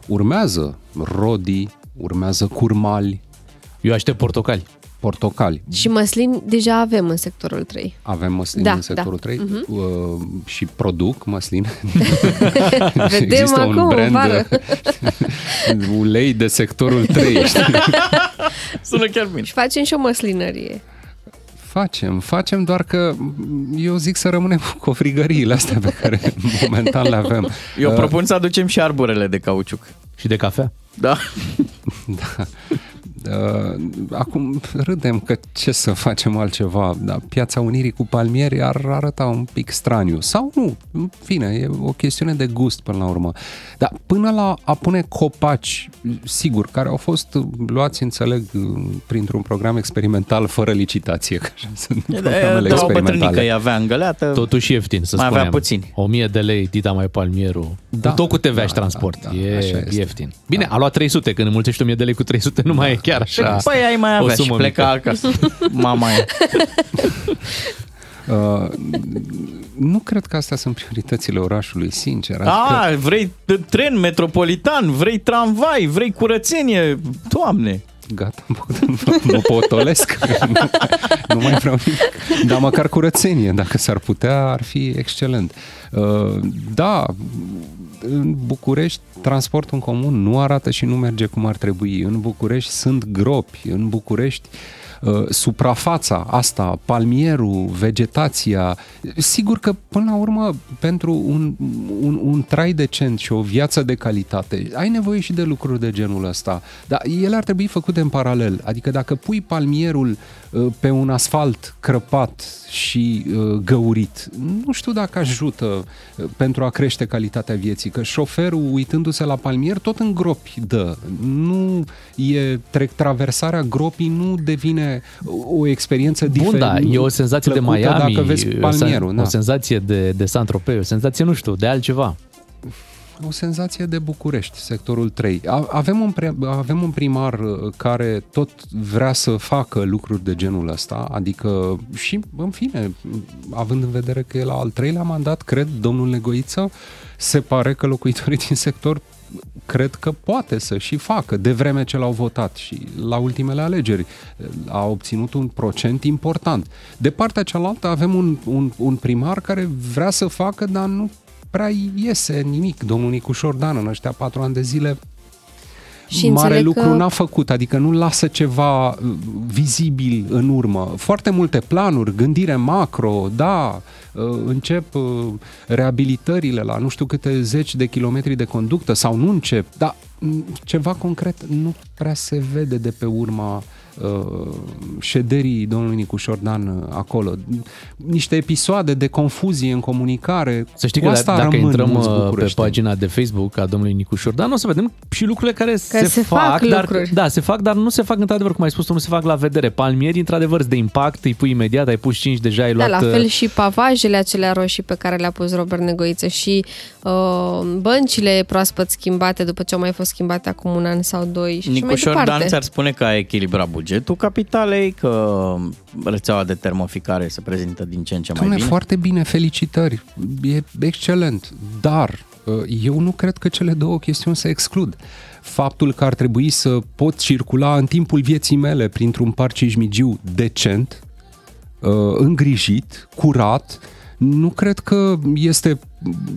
urmează rodii, urmează curmali. Eu aștept portocali. Portocali. Și măslin deja avem în sectorul 3. Avem măsline Da, da, în sectorul da. da. 3 Mhm. uh, și produc măsline. *laughs* Vedem Există acum, un brand vară. uh, *laughs* ulei de sectorul *laughs* 3, știi? Sună chiar bine. Și facem și o măslinărie. Da, Facem, facem, doar că eu zic să rămânem cu frigăriile astea pe care momentan le avem. Eu Uh, propun să aducem și arborele de cauciuc. Și de cafea? Da. *laughs* Da. Uh, Acum râdem că ce să facem altceva, dar Piața Unirii cu palmieri ar arăta un pic straniu. Sau nu, în fine, e o chestiune de gust până la urmă. Dar până la a pune copaci, sigur, care au fost luați, înțeleg, printr-un program experimental fără licitație, că așa sunt programele Da, o experimentale. bătrânică îi avea în găleată. Totuși ieftin, să Mai avea spunem. puțin. 1000 de lei, Tita mai palmierul. Da, Da. tot cu TVA și transport. Da, da, e ieftin. Bine, a luat 300, când înmulțești 1000 de lei cu 300, nu mai e chiar așa. Păi ai mai o avea și sumă pleca mică. acasă. *laughs* Mama e. Uh, nu cred că astea sunt prioritățile orașului, sincer. A, vrei t- tren metropolitan, vrei tramvai, vrei curățenie. Doamne! Gata, Bogdan, mă potolesc. nu, nu mai vreau nimic. Dar măcar curățenie, dacă s-ar putea, ar fi excelent. Uh, Da, în București transportul în comun nu arată și nu merge cum ar trebui. În București sunt gropi, în București uh, suprafața asta, palmierul, vegetația, sigur că până la urmă pentru un, un, un trai decent și o viață de calitate ai nevoie și de lucruri de genul ăsta, dar ele ar trebui făcute în paralel, adică dacă pui palmierul uh, pe un asfalt crăpat și uh, găurit, nu știu dacă ajută uh, pentru a crește calitatea vieții, că șoferul uitându-se la palmier tot în gropi dă, nu e trec traversarea gropii nu devine uh, o experiență Bun, diferită. da, e o senzație de plăcută Miami, Dacă vezi o sen- palmierul, da. o senzație de, de San Tropez, o senzație, nu știu, de altceva. O senzație de București, sectorul 3. A- Avem un, pre- avem un primar uh, care tot vrea să facă lucruri de genul ăsta, adică și, în fine, având în vedere că e la al treilea mandat, cred, domnul Negoiță, se pare că locuitorii din sector cred că poate să și facă, de vreme ce l-au votat și la ultimele alegeri uh, a obținut un procent important. De partea cealaltă avem un, un, un primar care vrea să facă, dar nu prea iese nimic. Domnul Nicușor Dan în ăștia patru ani de zile Și mare înțeleg lucru că- n-a făcut, adică nu lasă ceva uh, vizibil în urmă. Foarte multe planuri, gândire macro, da, uh, încep uh, reabilitările la nu știu câte zeci de kilometri de conductă sau nu încep, dar mm, ceva concret nu prea se vede de pe urma uh, șederii domnului Nicușor Dan uh, acolo. Niște episoade de confuzie în comunicare. Să știi Cu că asta da- dacă rămân intrăm mulți uh, pe bucureșteni. pagina de Facebook a domnului Nicu Șordan, o să vedem și lucrurile care se, se fac dar, lucruri. da, se fac, dar nu se fac într-adevăr, cum ai spus tu, nu se fac la vedere. Palmieri, într-adevăr, sunt de impact, îi pui imediat, ai pus 5 deja, ai Da, luat... la uh, fel și pavajele acelea roșii pe care le-a pus Robert Negoiță și uh, băncile proaspăt schimbate după ce au mai fost schimbate acum un an sau doi și așa Nicușor mai Dan departe. ți-ar spune că a echilibrat bugetul capitalei, că rețeaua de termoficare se prezintă din ce în ce mai Doamne, bine. foarte bine, felicitări, e excelent, dar ă, eu nu cred că cele două chestiuni se exclud. Faptul că ar trebui să pot circula în timpul vieții mele printr-un parc cismigiu decent, ă, îngrijit, curat, nu cred că este,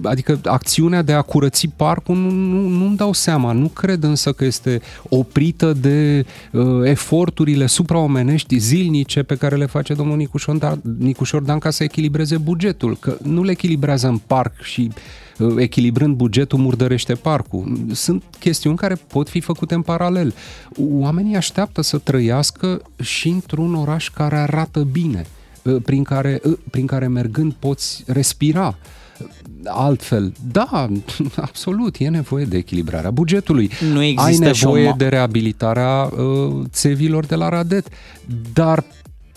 adică acțiunea de a curăți parcul nu, nu, nu-mi dau seama, nu cred însă că este oprită de uh, eforturile supraomenești zilnice pe care le face domnul Nicușor Dan, Nicușor Dan ca să echilibreze bugetul, că nu le echilibrează în parc și uh, echilibrând bugetul murdărește parcul. Sunt chestiuni care pot fi făcute în paralel. Oamenii așteaptă să trăiască și într-un oraș care arată bine uh, prin care, prin care mergând poți respira altfel. Da, *laughs* absolut, e nevoie de echilibrarea bugetului. Nu există Ai nevoie și o ma- de reabilitarea uh, țevilor de la radet, dar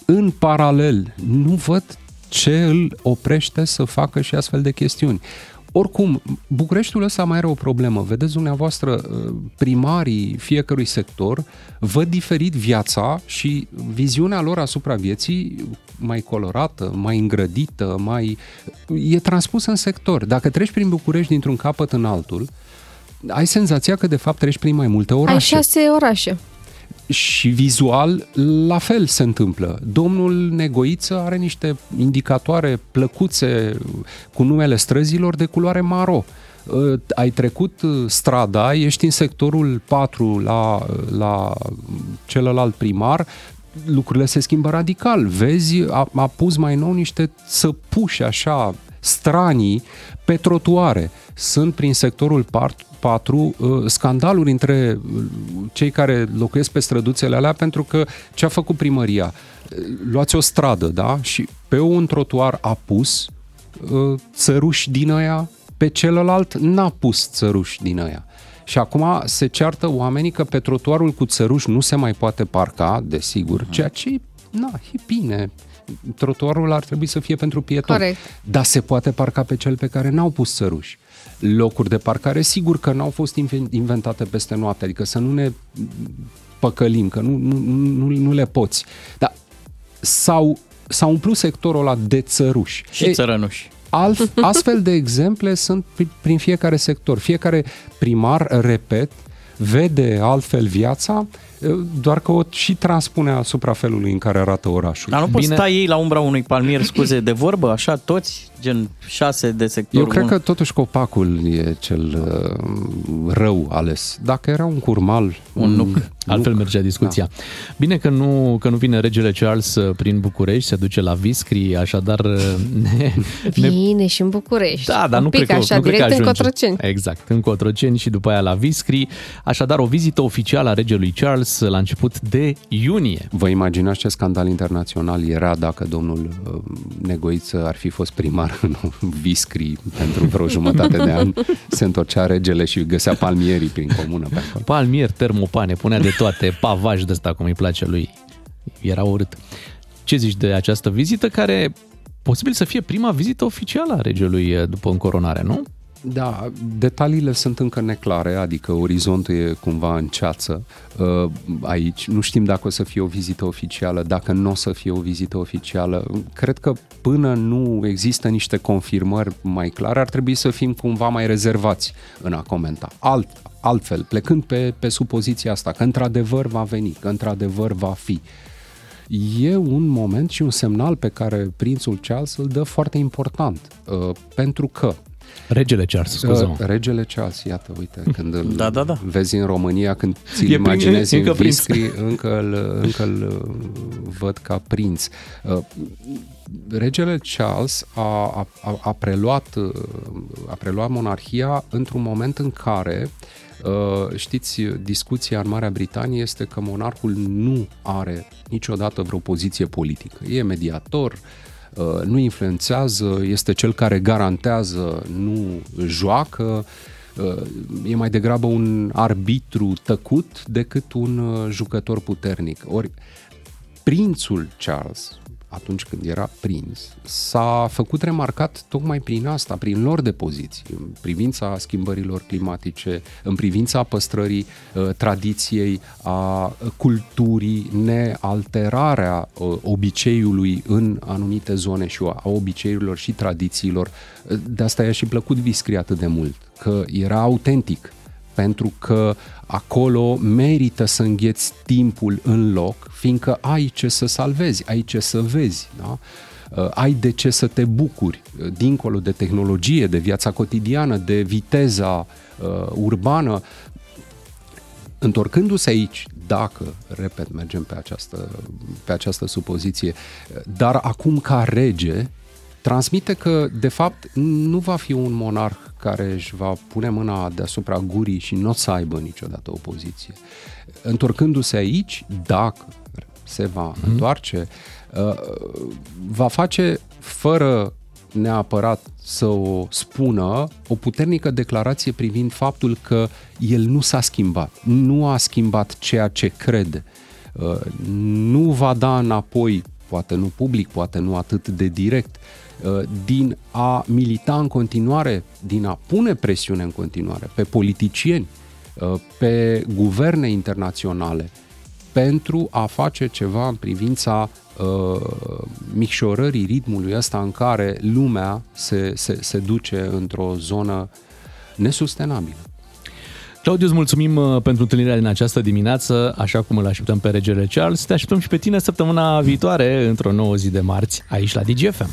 în paralel nu văd ce îl oprește să facă și astfel de chestiuni. Oricum, Bucureștiul ăsta mai are o problemă. Vedeți dumneavoastră, uh, primarii fiecărui sector văd diferit viața și viziunea lor asupra vieții mai colorată, mai îngrădită, mai... e transpusă în sector. Dacă treci prin București dintr-un capăt în altul, ai senzația că de fapt treci prin mai multe orașe Ai șase orașe. și vizual la fel se întâmplă. Domnul Negoiță are niște indicatoare plăcuțe cu numele străzilor de culoare maro. Uh, Ai trecut uh, strada, ești în sectorul 4 la, la celălalt primar, lucrurile se schimbă radical. Vezi, a, a pus mai nou niște țăpuși așa stranii pe trotuare. Sunt prin sectorul part- 4 uh, scandaluri între uh, cei care locuiesc pe străduțele alea pentru că ce a făcut primăria? Uh, Luați o stradă, da? Și pe un trotuar a pus uh, țăruși din aia, pe celălalt n-a pus țăruși din aia. Și acum se ceartă oamenii că pe trotuarul cu țăruși nu se mai poate parca, desigur, ceea ce na, e bine. Trotuarul ar trebui să fie pentru pietoni. Corect. Dar se poate parca pe cel pe care n-au pus țăruși. Locuri de parcare, sigur că n-au fost inven- inventate peste noapte, adică să nu ne păcălim, că nu, nu, nu, nu le poți. Dar s-au, s-au umplut sectorul ăla de țăruși. Și țărănuși. Alt, astfel de exemple sunt pri- prin fiecare sector. Fiecare primar, repet, vede altfel viața, doar că o și transpune asupra felului în care arată orașul. Dar nu poți sta ei la umbra unui palmier, scuze, de vorbă, așa toți, gen șase de sector. Eu cred unu. că totuși copacul e cel uh, rău ales. Dacă era un curmal, mm, un nuc, Altfel mergea discuția. Da. Bine că nu, că nu vine regele Charles uh, prin București, se duce la Viscri, așadar uh, ne, ne Vine și în București. Da, dar Un nu pic cred că, așa, nu direct cred că în ajunge. Cotroceni. Exact, în Cotroceni și după aia la Viscri. Așadar, o vizită oficială a regelui Charles la început de iunie. Vă imaginați ce scandal internațional era dacă domnul uh, Negoiță ar fi fost primar în *laughs* Viscri pentru vreo jumătate de an, se întorcea regele și găsea palmierii prin comună. Pe acolo. Palmier, termopane, punea de *laughs* toate, pavaj de ăsta cum îi place lui. Era urât. Ce zici de această vizită care posibil să fie prima vizită oficială a regelui uh, după încoronare, nu? Da, detaliile sunt încă neclare, adică orizontul e cumva în ceață uh, aici. Nu știm dacă o să fie o vizită oficială, dacă nu o să fie o vizită oficială. Cred că până nu există niște confirmări mai clare, ar trebui să fim cumva mai rezervați în a comenta. Alt, altfel, plecând pe, pe supoziția asta, că într-adevăr va veni, că într-adevăr va fi e un moment și un semnal pe care prințul Charles îl dă foarte important, uh, pentru că Regele Charles, Uh, scuze-mă. Regele Charles, iată, uite, când îl Da, da, da. vezi în România, când ți-l E prin- imaginezi încă în prinț. *laughs* viscri, încă îl, încă îl uh, văd ca prinț. Uh, Regele Charles a, a, a- a, preluat, uh, a preluat monarhia într-un moment în care uh, Știți, discuția în Marea Britanie este că monarhul nu are niciodată vreo poziție politică. E mediator, uh, nu influențează, este cel care garantează, nu joacă, uh, e mai degrabă un arbitru tăcut decât un uh, jucător puternic. Ori prințul Charles, atunci când era prinț, s-a făcut remarcat tocmai prin asta, prin lor de poziții, în privința schimbărilor climatice, în privința păstrării uh, tradiției, a culturii, nealterarea uh, obiceiului în anumite zone și a obiceiurilor și tradițiilor. Ă, De asta i-a și plăcut Viscri atât de mult, că era autentic pentru că acolo merită să îngheți timpul în loc, fiindcă ai ce să salvezi, ai ce să vezi, da? Uh, ai de ce să te bucuri, uh, dincolo de tehnologie, de viața cotidiană, de viteza uh, urbană. Întorcându-se aici, dacă, repet, mergem pe această, pe această supoziție, dar acum ca rege, transmite că, de fapt, nu va fi un monarh care își va pune mâna deasupra gurii și nu o să aibă niciodată o poziție. Întorcându-se aici, dacă se va mm-hmm. întoarce, uh, va face fără neapărat să o spună, o puternică declarație privind faptul că el nu s-a schimbat, nu a schimbat ceea ce crede, Uh, nu va da înapoi, poate nu public, poate nu atât de direct, uh, din a milita în continuare, din a pune presiune în continuare pe politicieni, uh, pe guverne internaționale, pentru a face ceva în privința uh, micșorării ritmului ăsta în care lumea se, se, se duce într-o zonă nesustenabilă. Claudiu, îți mulțumim uh, pentru întâlnirea din această dimineață, așa cum îl așteptăm pe regele Charles. Te așteptăm și pe tine săptămâna viitoare, într-o nouă zi de marți, aici la DGFM.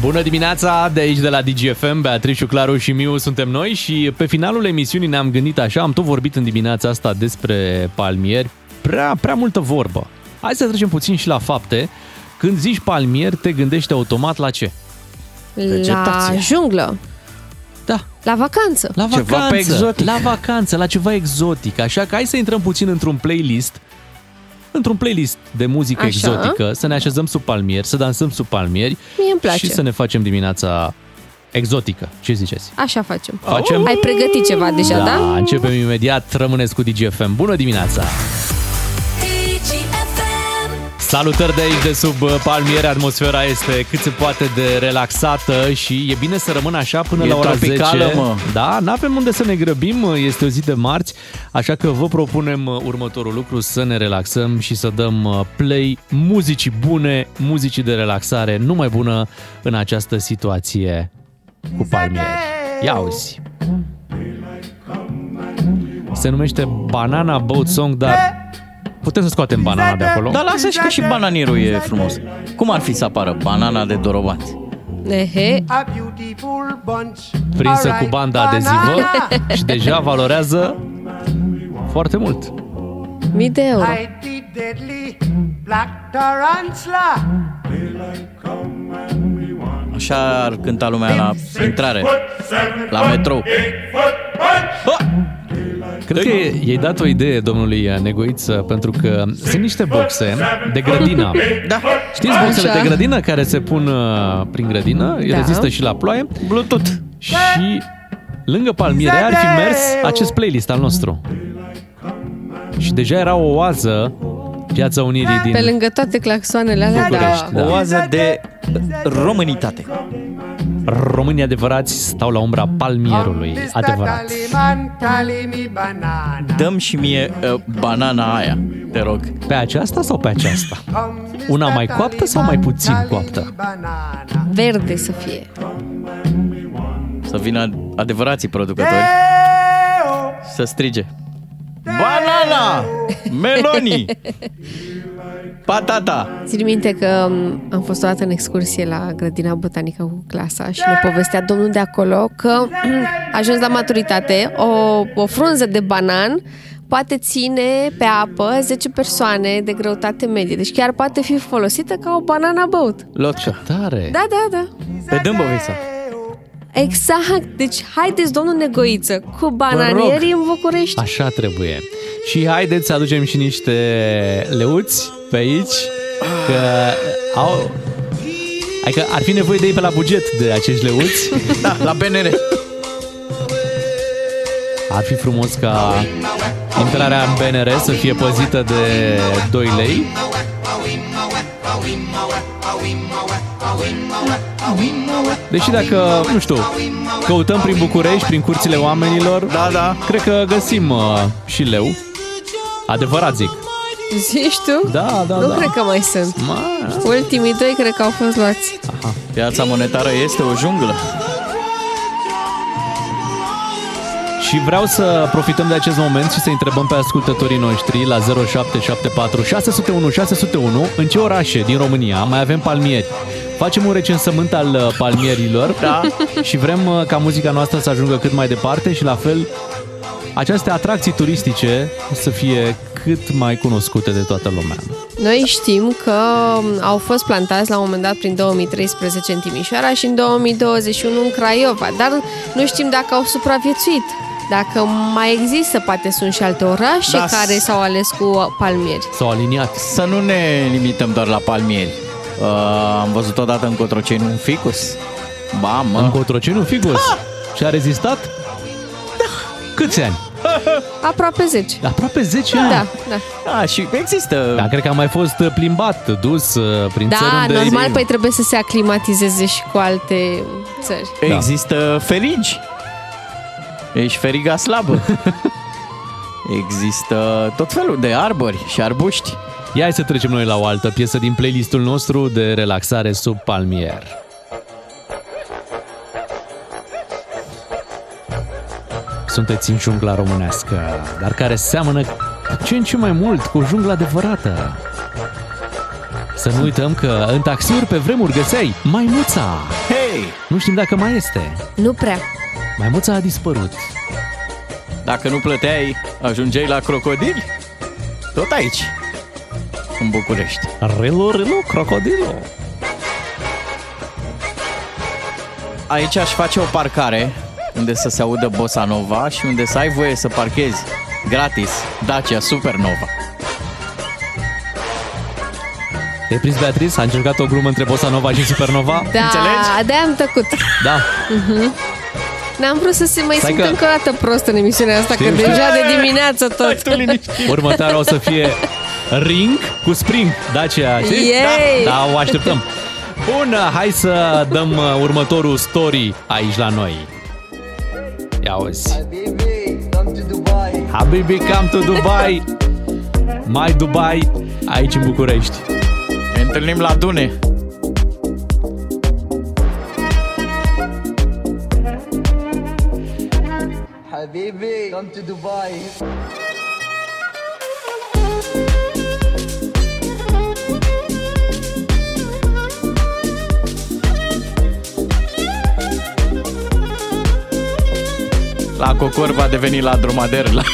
Bună dimineața, de aici de la DGFM, Beatrice, Claru și Miu suntem noi și pe finalul emisiunii ne-am gândit așa, am tot vorbit în dimineața asta despre palmieri, prea, prea multă vorbă. Hai să trecem puțin și la fapte. Când zici palmier, te gândești automat la ce? La Vegetație. junglă. Da. La vacanță. La vacanță, La vacanță, la ceva exotic. Așa că hai să intrăm puțin într-un playlist, într-un playlist de muzică Așa. exotică, să ne așezăm sub palmieri, să dansăm sub palmieri Mie îmi place. și să ne facem dimineața exotică. Ce ziceți? Așa facem. Facem? Ai pregătit ceva deja, da? da? începem imediat. Rămâneți cu DGFM. Bună dimineața! Salutări de aici, de sub uh, palmiere. Atmosfera este cât se poate de relaxată și e bine să rămână așa până E la ora tropicală, 10. mă. Da, n-avem unde să ne grăbim. Este o zi de marți, așa că vă propunem uh, următorul lucru, să ne relaxăm și să dăm uh, play muzicii bune, muzicii de relaxare, numai bună în această situație cu palmieri. Ia uzi! Se numește Banana Boat Song, dar putem să scoatem banana de acolo. Dar lasă și că și bananierul e frumos. Cum ar fi să apară banana de dorobanți? da? Ehe. prinsă cu banda adezivă Exact. și deja valorează foarte mult. Mii de euro. Mighty deadly black tarantula. Așa ar cânta lumea la intrare, la metrou. Cred că i-ai dat o idee domnului Negoiță, pentru că sunt niște boxe de grădină. Da. Știți boxele Așa. de grădină care se pun uh, prin grădină, Da. da. rezistă și la ploaie? Bluetooth. Și lângă palmiere ar fi mers acest playlist al nostru. Și deja era o oază Piața Da. Unirii din... Pe lângă toate claxoanele alea, da. București, da. O Adică oază de românitate. Românii adevărați stau la umbra palmierului. Adevărat. Taliman, talimi banana. Dăm și mie uh, banana aia, te rog. Pe aceasta sau pe aceasta? Una mai coaptă sau mai puțin coaptă? Verde să fie. Să vină adevărații producători să strige. Banana! Melonii! Patata! Țin minte că m, am fost o dată în excursie la grădina botanică cu clasa și ne povestea domnul de acolo că *clears throat* a ajuns la maturitate, o, o frunză de banan poate ține pe apă 10 persoane de greutate medie. Deci chiar poate fi folosită ca o banana boat. Lotca. Tare! Da, da, da. Pe Dâmbovița. Exact. Deci haideți, domnul Negoiță, cu Vă rog. bananierii în București. *laughs* Așa trebuie. Și haideți să aducem și niște leuți pe aici, că au... Adică ar fi nevoie de ei pe la buget, de acești leuți. *laughs* Da, la PNR. Ar fi frumos ca intrarea în BNR să fie păzită de 2 lei. Deci- Deși dacă, nu știu, căutăm prin București, prin curțile oamenilor, da, da. cred că găsim uh, și leu. Adevărat zic. Zici tu? Da, da, Nu da. cred că mai sunt. Ma. Ultimii doi cred că au fost luați. Piața monetară este o junglă. Și vreau să profităm de acest moment și să întrebăm pe ascultătorii noștri la 0774 601 601 în ce orașe din România mai avem palmieri. Facem un recensământ al uh, palmierilor Da. *laughs* și vrem uh, ca muzica noastră să ajungă cât mai departe și la fel aceste atracții turistice să fie cât mai cunoscute de toată lumea. Noi știm că um, au fost plantați la un moment dat prin 2013 în Timișoara și în 2021 în Craiova, dar nu știm dacă au supraviețuit. Dacă mai există, poate sunt și alte orașe Da. da. care s-au ales cu *laughs* palmieri. S-au aliniat. Să nu ne limităm doar la palmieri. Uh, am văzut odată în Cotroceni un ficus. Ba, mă. Da. În Cotroceni un ficus? Și a rezistat? Câți ani? Aproape 10. Aproape 10 ani? Da, da. Da, și există... Da, cred că a mai fost uh, plimbat, dus uh, prin țări Da, unde... normal, păi trebuie să se aclimatizeze și cu alte țări. Da. Există ferigi. Ești feriga *laughs* slabă. Există tot felul de arbori și arbuști. Ia hai să trecem noi la o altă piesă din playlistul nostru de relaxare sub palmier. Sunteți în jungla românească, dar care seamănă ce în ce mai mult cu jungla adevărată. Să nu uităm că în taxiuri pe vremuri găseai maimuța. Hei! Nu știm dacă mai este. Nu prea. Maimuța a dispărut. Dacă nu plăteai, ajungeai la crocodil. Tot aici, în București. Relu, relu, crocodilo. Aici aș face o parcare unde să se audă Bossa Nova și unde să ai voie să parchezi gratis Dacia Supernova. Te-ai prins, Beatriz? A încercat o glumă între Bossa Nova și Supernova? Da, de am tăcut. Da. Mhm. N-am vrut să se mai Stai simt că- încă o dată prost în emisiunea asta, Știu, că știu. deja de dimineață tot. Următoarea o să fie Ring cu Spring. Dacia, știi? Yay! Da, da, o așteptăm. Bun, hai să dăm uh, următorul story aici la noi. Ia uzi. Habibi, come to Dubai. Mai Dubai, aici în București. Ne întâlnim la Dune. Habibi, come to Dubai. La Cocor va deveni la Dromader. La...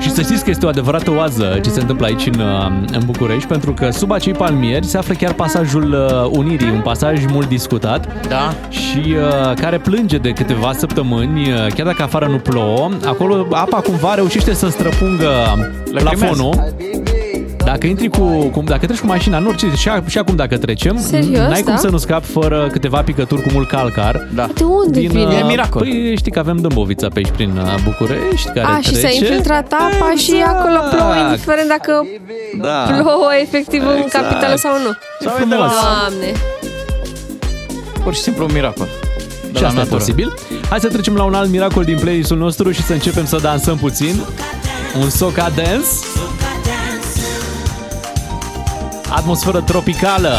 Și să știți că este o adevărată oază ce se întâmplă aici în, uh, în București, pentru că sub acei palmieri se află chiar pasajul uh, Unirii, un pasaj mult discutat da. și uh, care plânge de câteva săptămâni, uh, chiar dacă afară nu plouă. Acolo apa cumva reușește să străpungă Lăcrimează. plafonul. Dacă intri cu, cu dacă treci cu mașina în orice, și, a- și acum dacă trecem, Serios, n-ai cum da? să nu scapi fără câteva picături cu mult calcar. Da. De unde vine? uh, Păi știi că avem Dâmbovița pe aici prin uh, București care A, și trece. s-a infiltrat apa și acolo plouă, Exact. indiferent dacă Da. plouă efectiv în Exact. capitală sau nu. Ce frumos. Doamne! Pur și simplu un miracol. De Și la Da, asta e natură. posibil. Hai să trecem la un alt miracol din playlistul nostru și să începem să dansăm puțin. Un soca dance. Atmosferă tropicală.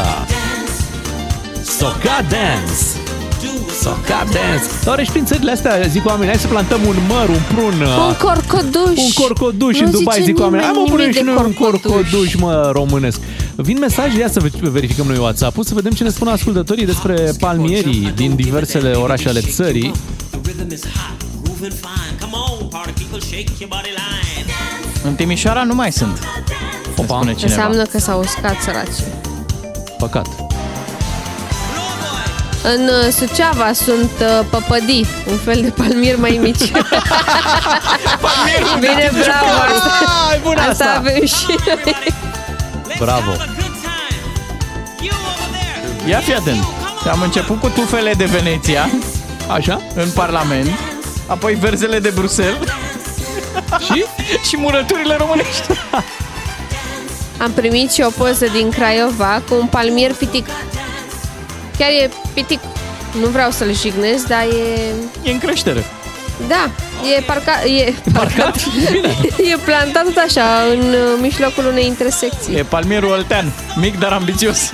Soca dance. Soca dance. Doar ești prin țările astea, zic oamenii, hai să plantăm un măr, un prun. uh, Un corcoduș! Ah. Un corcoduș Nu în Dubai, zice zic oamenii. Am nimeni mă pune nimic și de noi un corcoduș. corcoduș, mă, românesc. Vin mesaje, ia să verificăm noi WhatsApp-ul, să vedem ce ne spun ascultătorii despre palmierii din diversele orașe ale țării. În Timișoara nu mai sunt. Opa. Spune cineva. Înseamnă că s-au uscat săraci. Păcat. În uh, Suceava sunt uh, păpădii, un fel de palmieri mai mici. Bine, bravo! Ai, bună asta! asta! avem și *laughs* noi. Bravo! Ia fi atent. Am început cu tufele de Veneția. Așa? În Parlament. Apoi verzele de Bruxelles. Și? și murăturile românești. Am primit și o poză din Craiova cu un palmier pitic. Chiar e pitic. Nu vreau să-l jignesc, dar e... E în creștere. Da, e parcat... E, parcat? *laughs* e plantat tot așa, în uh, mijlocul unei intersecții. E palmierul oltean. Mic, dar ambițios.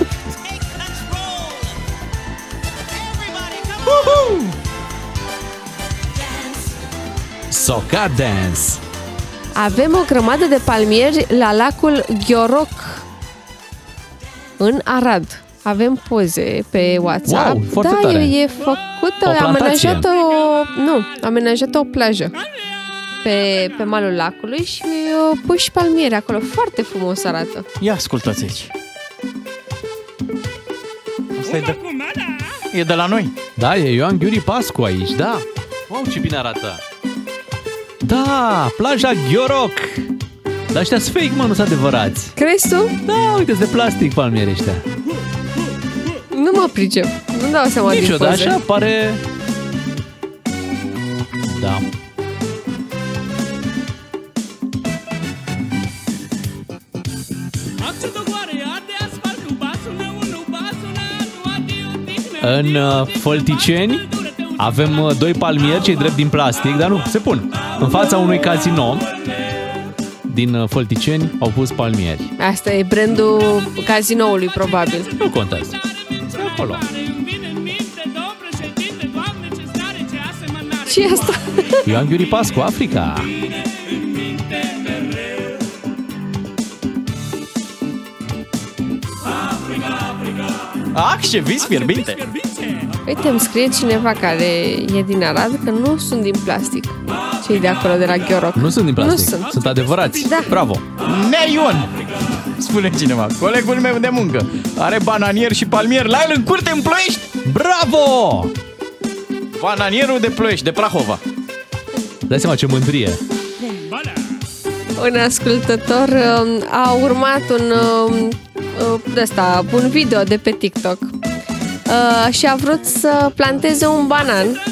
Uhu! Soca Dance. Avem o grămadă de palmieri la lacul Ghioroc, în Arad. Avem poze pe WhatsApp. Wow, foarte da, tare. e, e făcută, O plantație. amenajată o, nu, amenajată o plajă pe, pe malul lacului și au pus și palmieri acolo. Foarte frumos arată. Ia ascultați aici. Asta e de... E de la noi. Da, e Ioan Ghiuri Pascu aici, da. Wow, ce bine arată. Da, plaja Ghioroc. Dar ăștia sunt fake, mă, nu sunt adevărați. Crezi tu? Da, uite, de plastic palmieri ăștia. Nu mă pricep. Nu dau seama din Niciodată, poze. așa pare... Da. În uh, Fălticeni avem uh, doi palmieri, cei drept din plastic, dar nu, se pun. În fața unui casino din uh, Fălticeni au pus palmieri. Asta e brandul cazinoului, probabil. Nu contează. E acolo. ce e asta? Ioan Ghiuri Pascu, Africa. Ah, ce vis fierbinte. Uite, îmi scrie cineva care e din Arad că nu sunt din plastic. Cei de acolo, de la Gheoroc. Nu sunt din plastic. Nu sunt. sunt adevărați. Da. Bravo. Neion! Spune cineva. Colegul meu de muncă are bananier și palmier la el în curte în Ploiești. Bravo! Bananierul de Ploiești, de Prahova. Dai seama ce mândrie. Un ascultător um, a urmat un um, uh, de asta, un video de pe TikTok uh, și a vrut să planteze un banan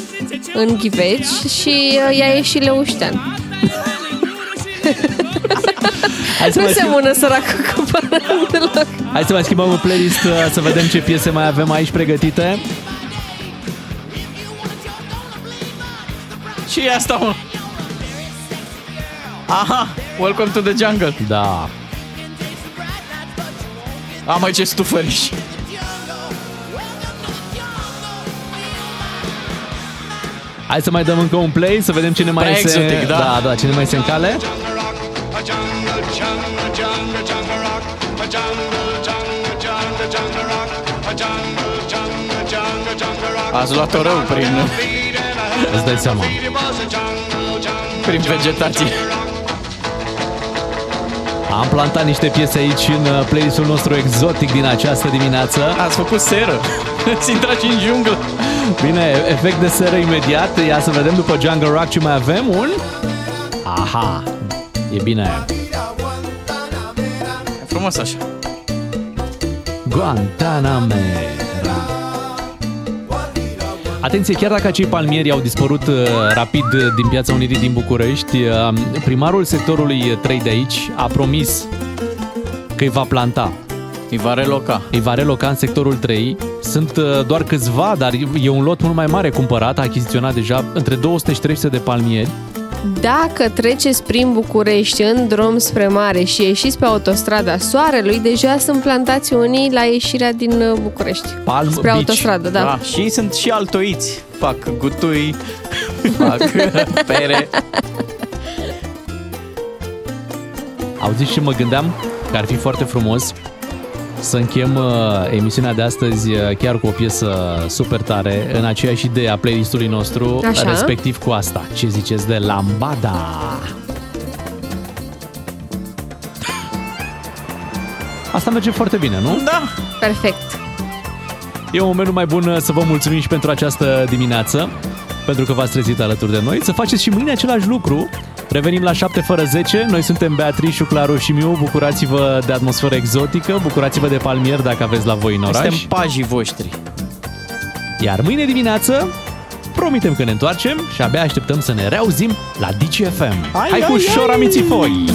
în ghiveci și uh, i-a ieșit leuștean. Hai să nu mai se schimb- mână săracul cu bananul deloc. Hai să mai schimbăm în playlist uh, să vedem ce piese mai avem aici pregătite. Ce e asta, mă? Aha, welcome to the jungle. Da. Amă, ce stufăriș. Hai să mai dăm încă un play, să vedem cine mai Prea se... exotic, da. da. da, cine mai se încale. Ați luat-o rău prin, Îți dai seama. prin vegetație. Am plantat niște piese aici în uh, playlistul nostru exotic din această dimineață. Ați făcut seră. *laughs* Ați intrat și în junglă. Bine, efect de seră imediat. Ia să vedem după Jungle Rock ce mai avem. Un... Aha, e bine. frumos așa. Guantanamera. Atenție, chiar dacă acei palmieri au dispărut uh, rapid uh, din Piața Unirii din București, uh, primarul sectorului 3 de aici a promis că îi va planta. Îi va reloca. Îi va reloca în sectorul 3. Sunt uh, doar câțiva, dar e- e un lot mult mai mare cumpărat, a achiziționat deja între 200 și 300 de palmieri. Dacă treceți prin București în drum spre mare și ieșiți pe autostrada Soarelui, deja sunt plantați unii la ieșirea din uh, București. Palm Spre autostradă, da. Și ei sunt și altoiți. Fac gutui, fac *laughs* pere. Auziți și mă gândeam că ar fi foarte frumos să închem uh, emisiunea de astăzi uh, chiar cu o piesă super tare în aceeași idee a playlistului nostru, Așa. respectiv cu asta. Ce ziceți de Lambada? Asta merge foarte bine, nu? Da! Perfect. E un moment mai bun uh, să vă mulțumim și pentru această dimineață, pentru că v-ați trezit alături de noi. Să faceți și mâine același lucru. Revenim la 7 fără 10. Noi suntem Beatrice, Claru și Miu. Bucurați-vă de atmosferă exotică, bucurați-vă de palmier dacă aveți la voi în oraș. Suntem pajii voștri. Iar mâine dimineață promitem că ne întoarcem și abia așteptăm să ne reauzim la DCFM. Hai, ai, cu șora ai! mițifoi!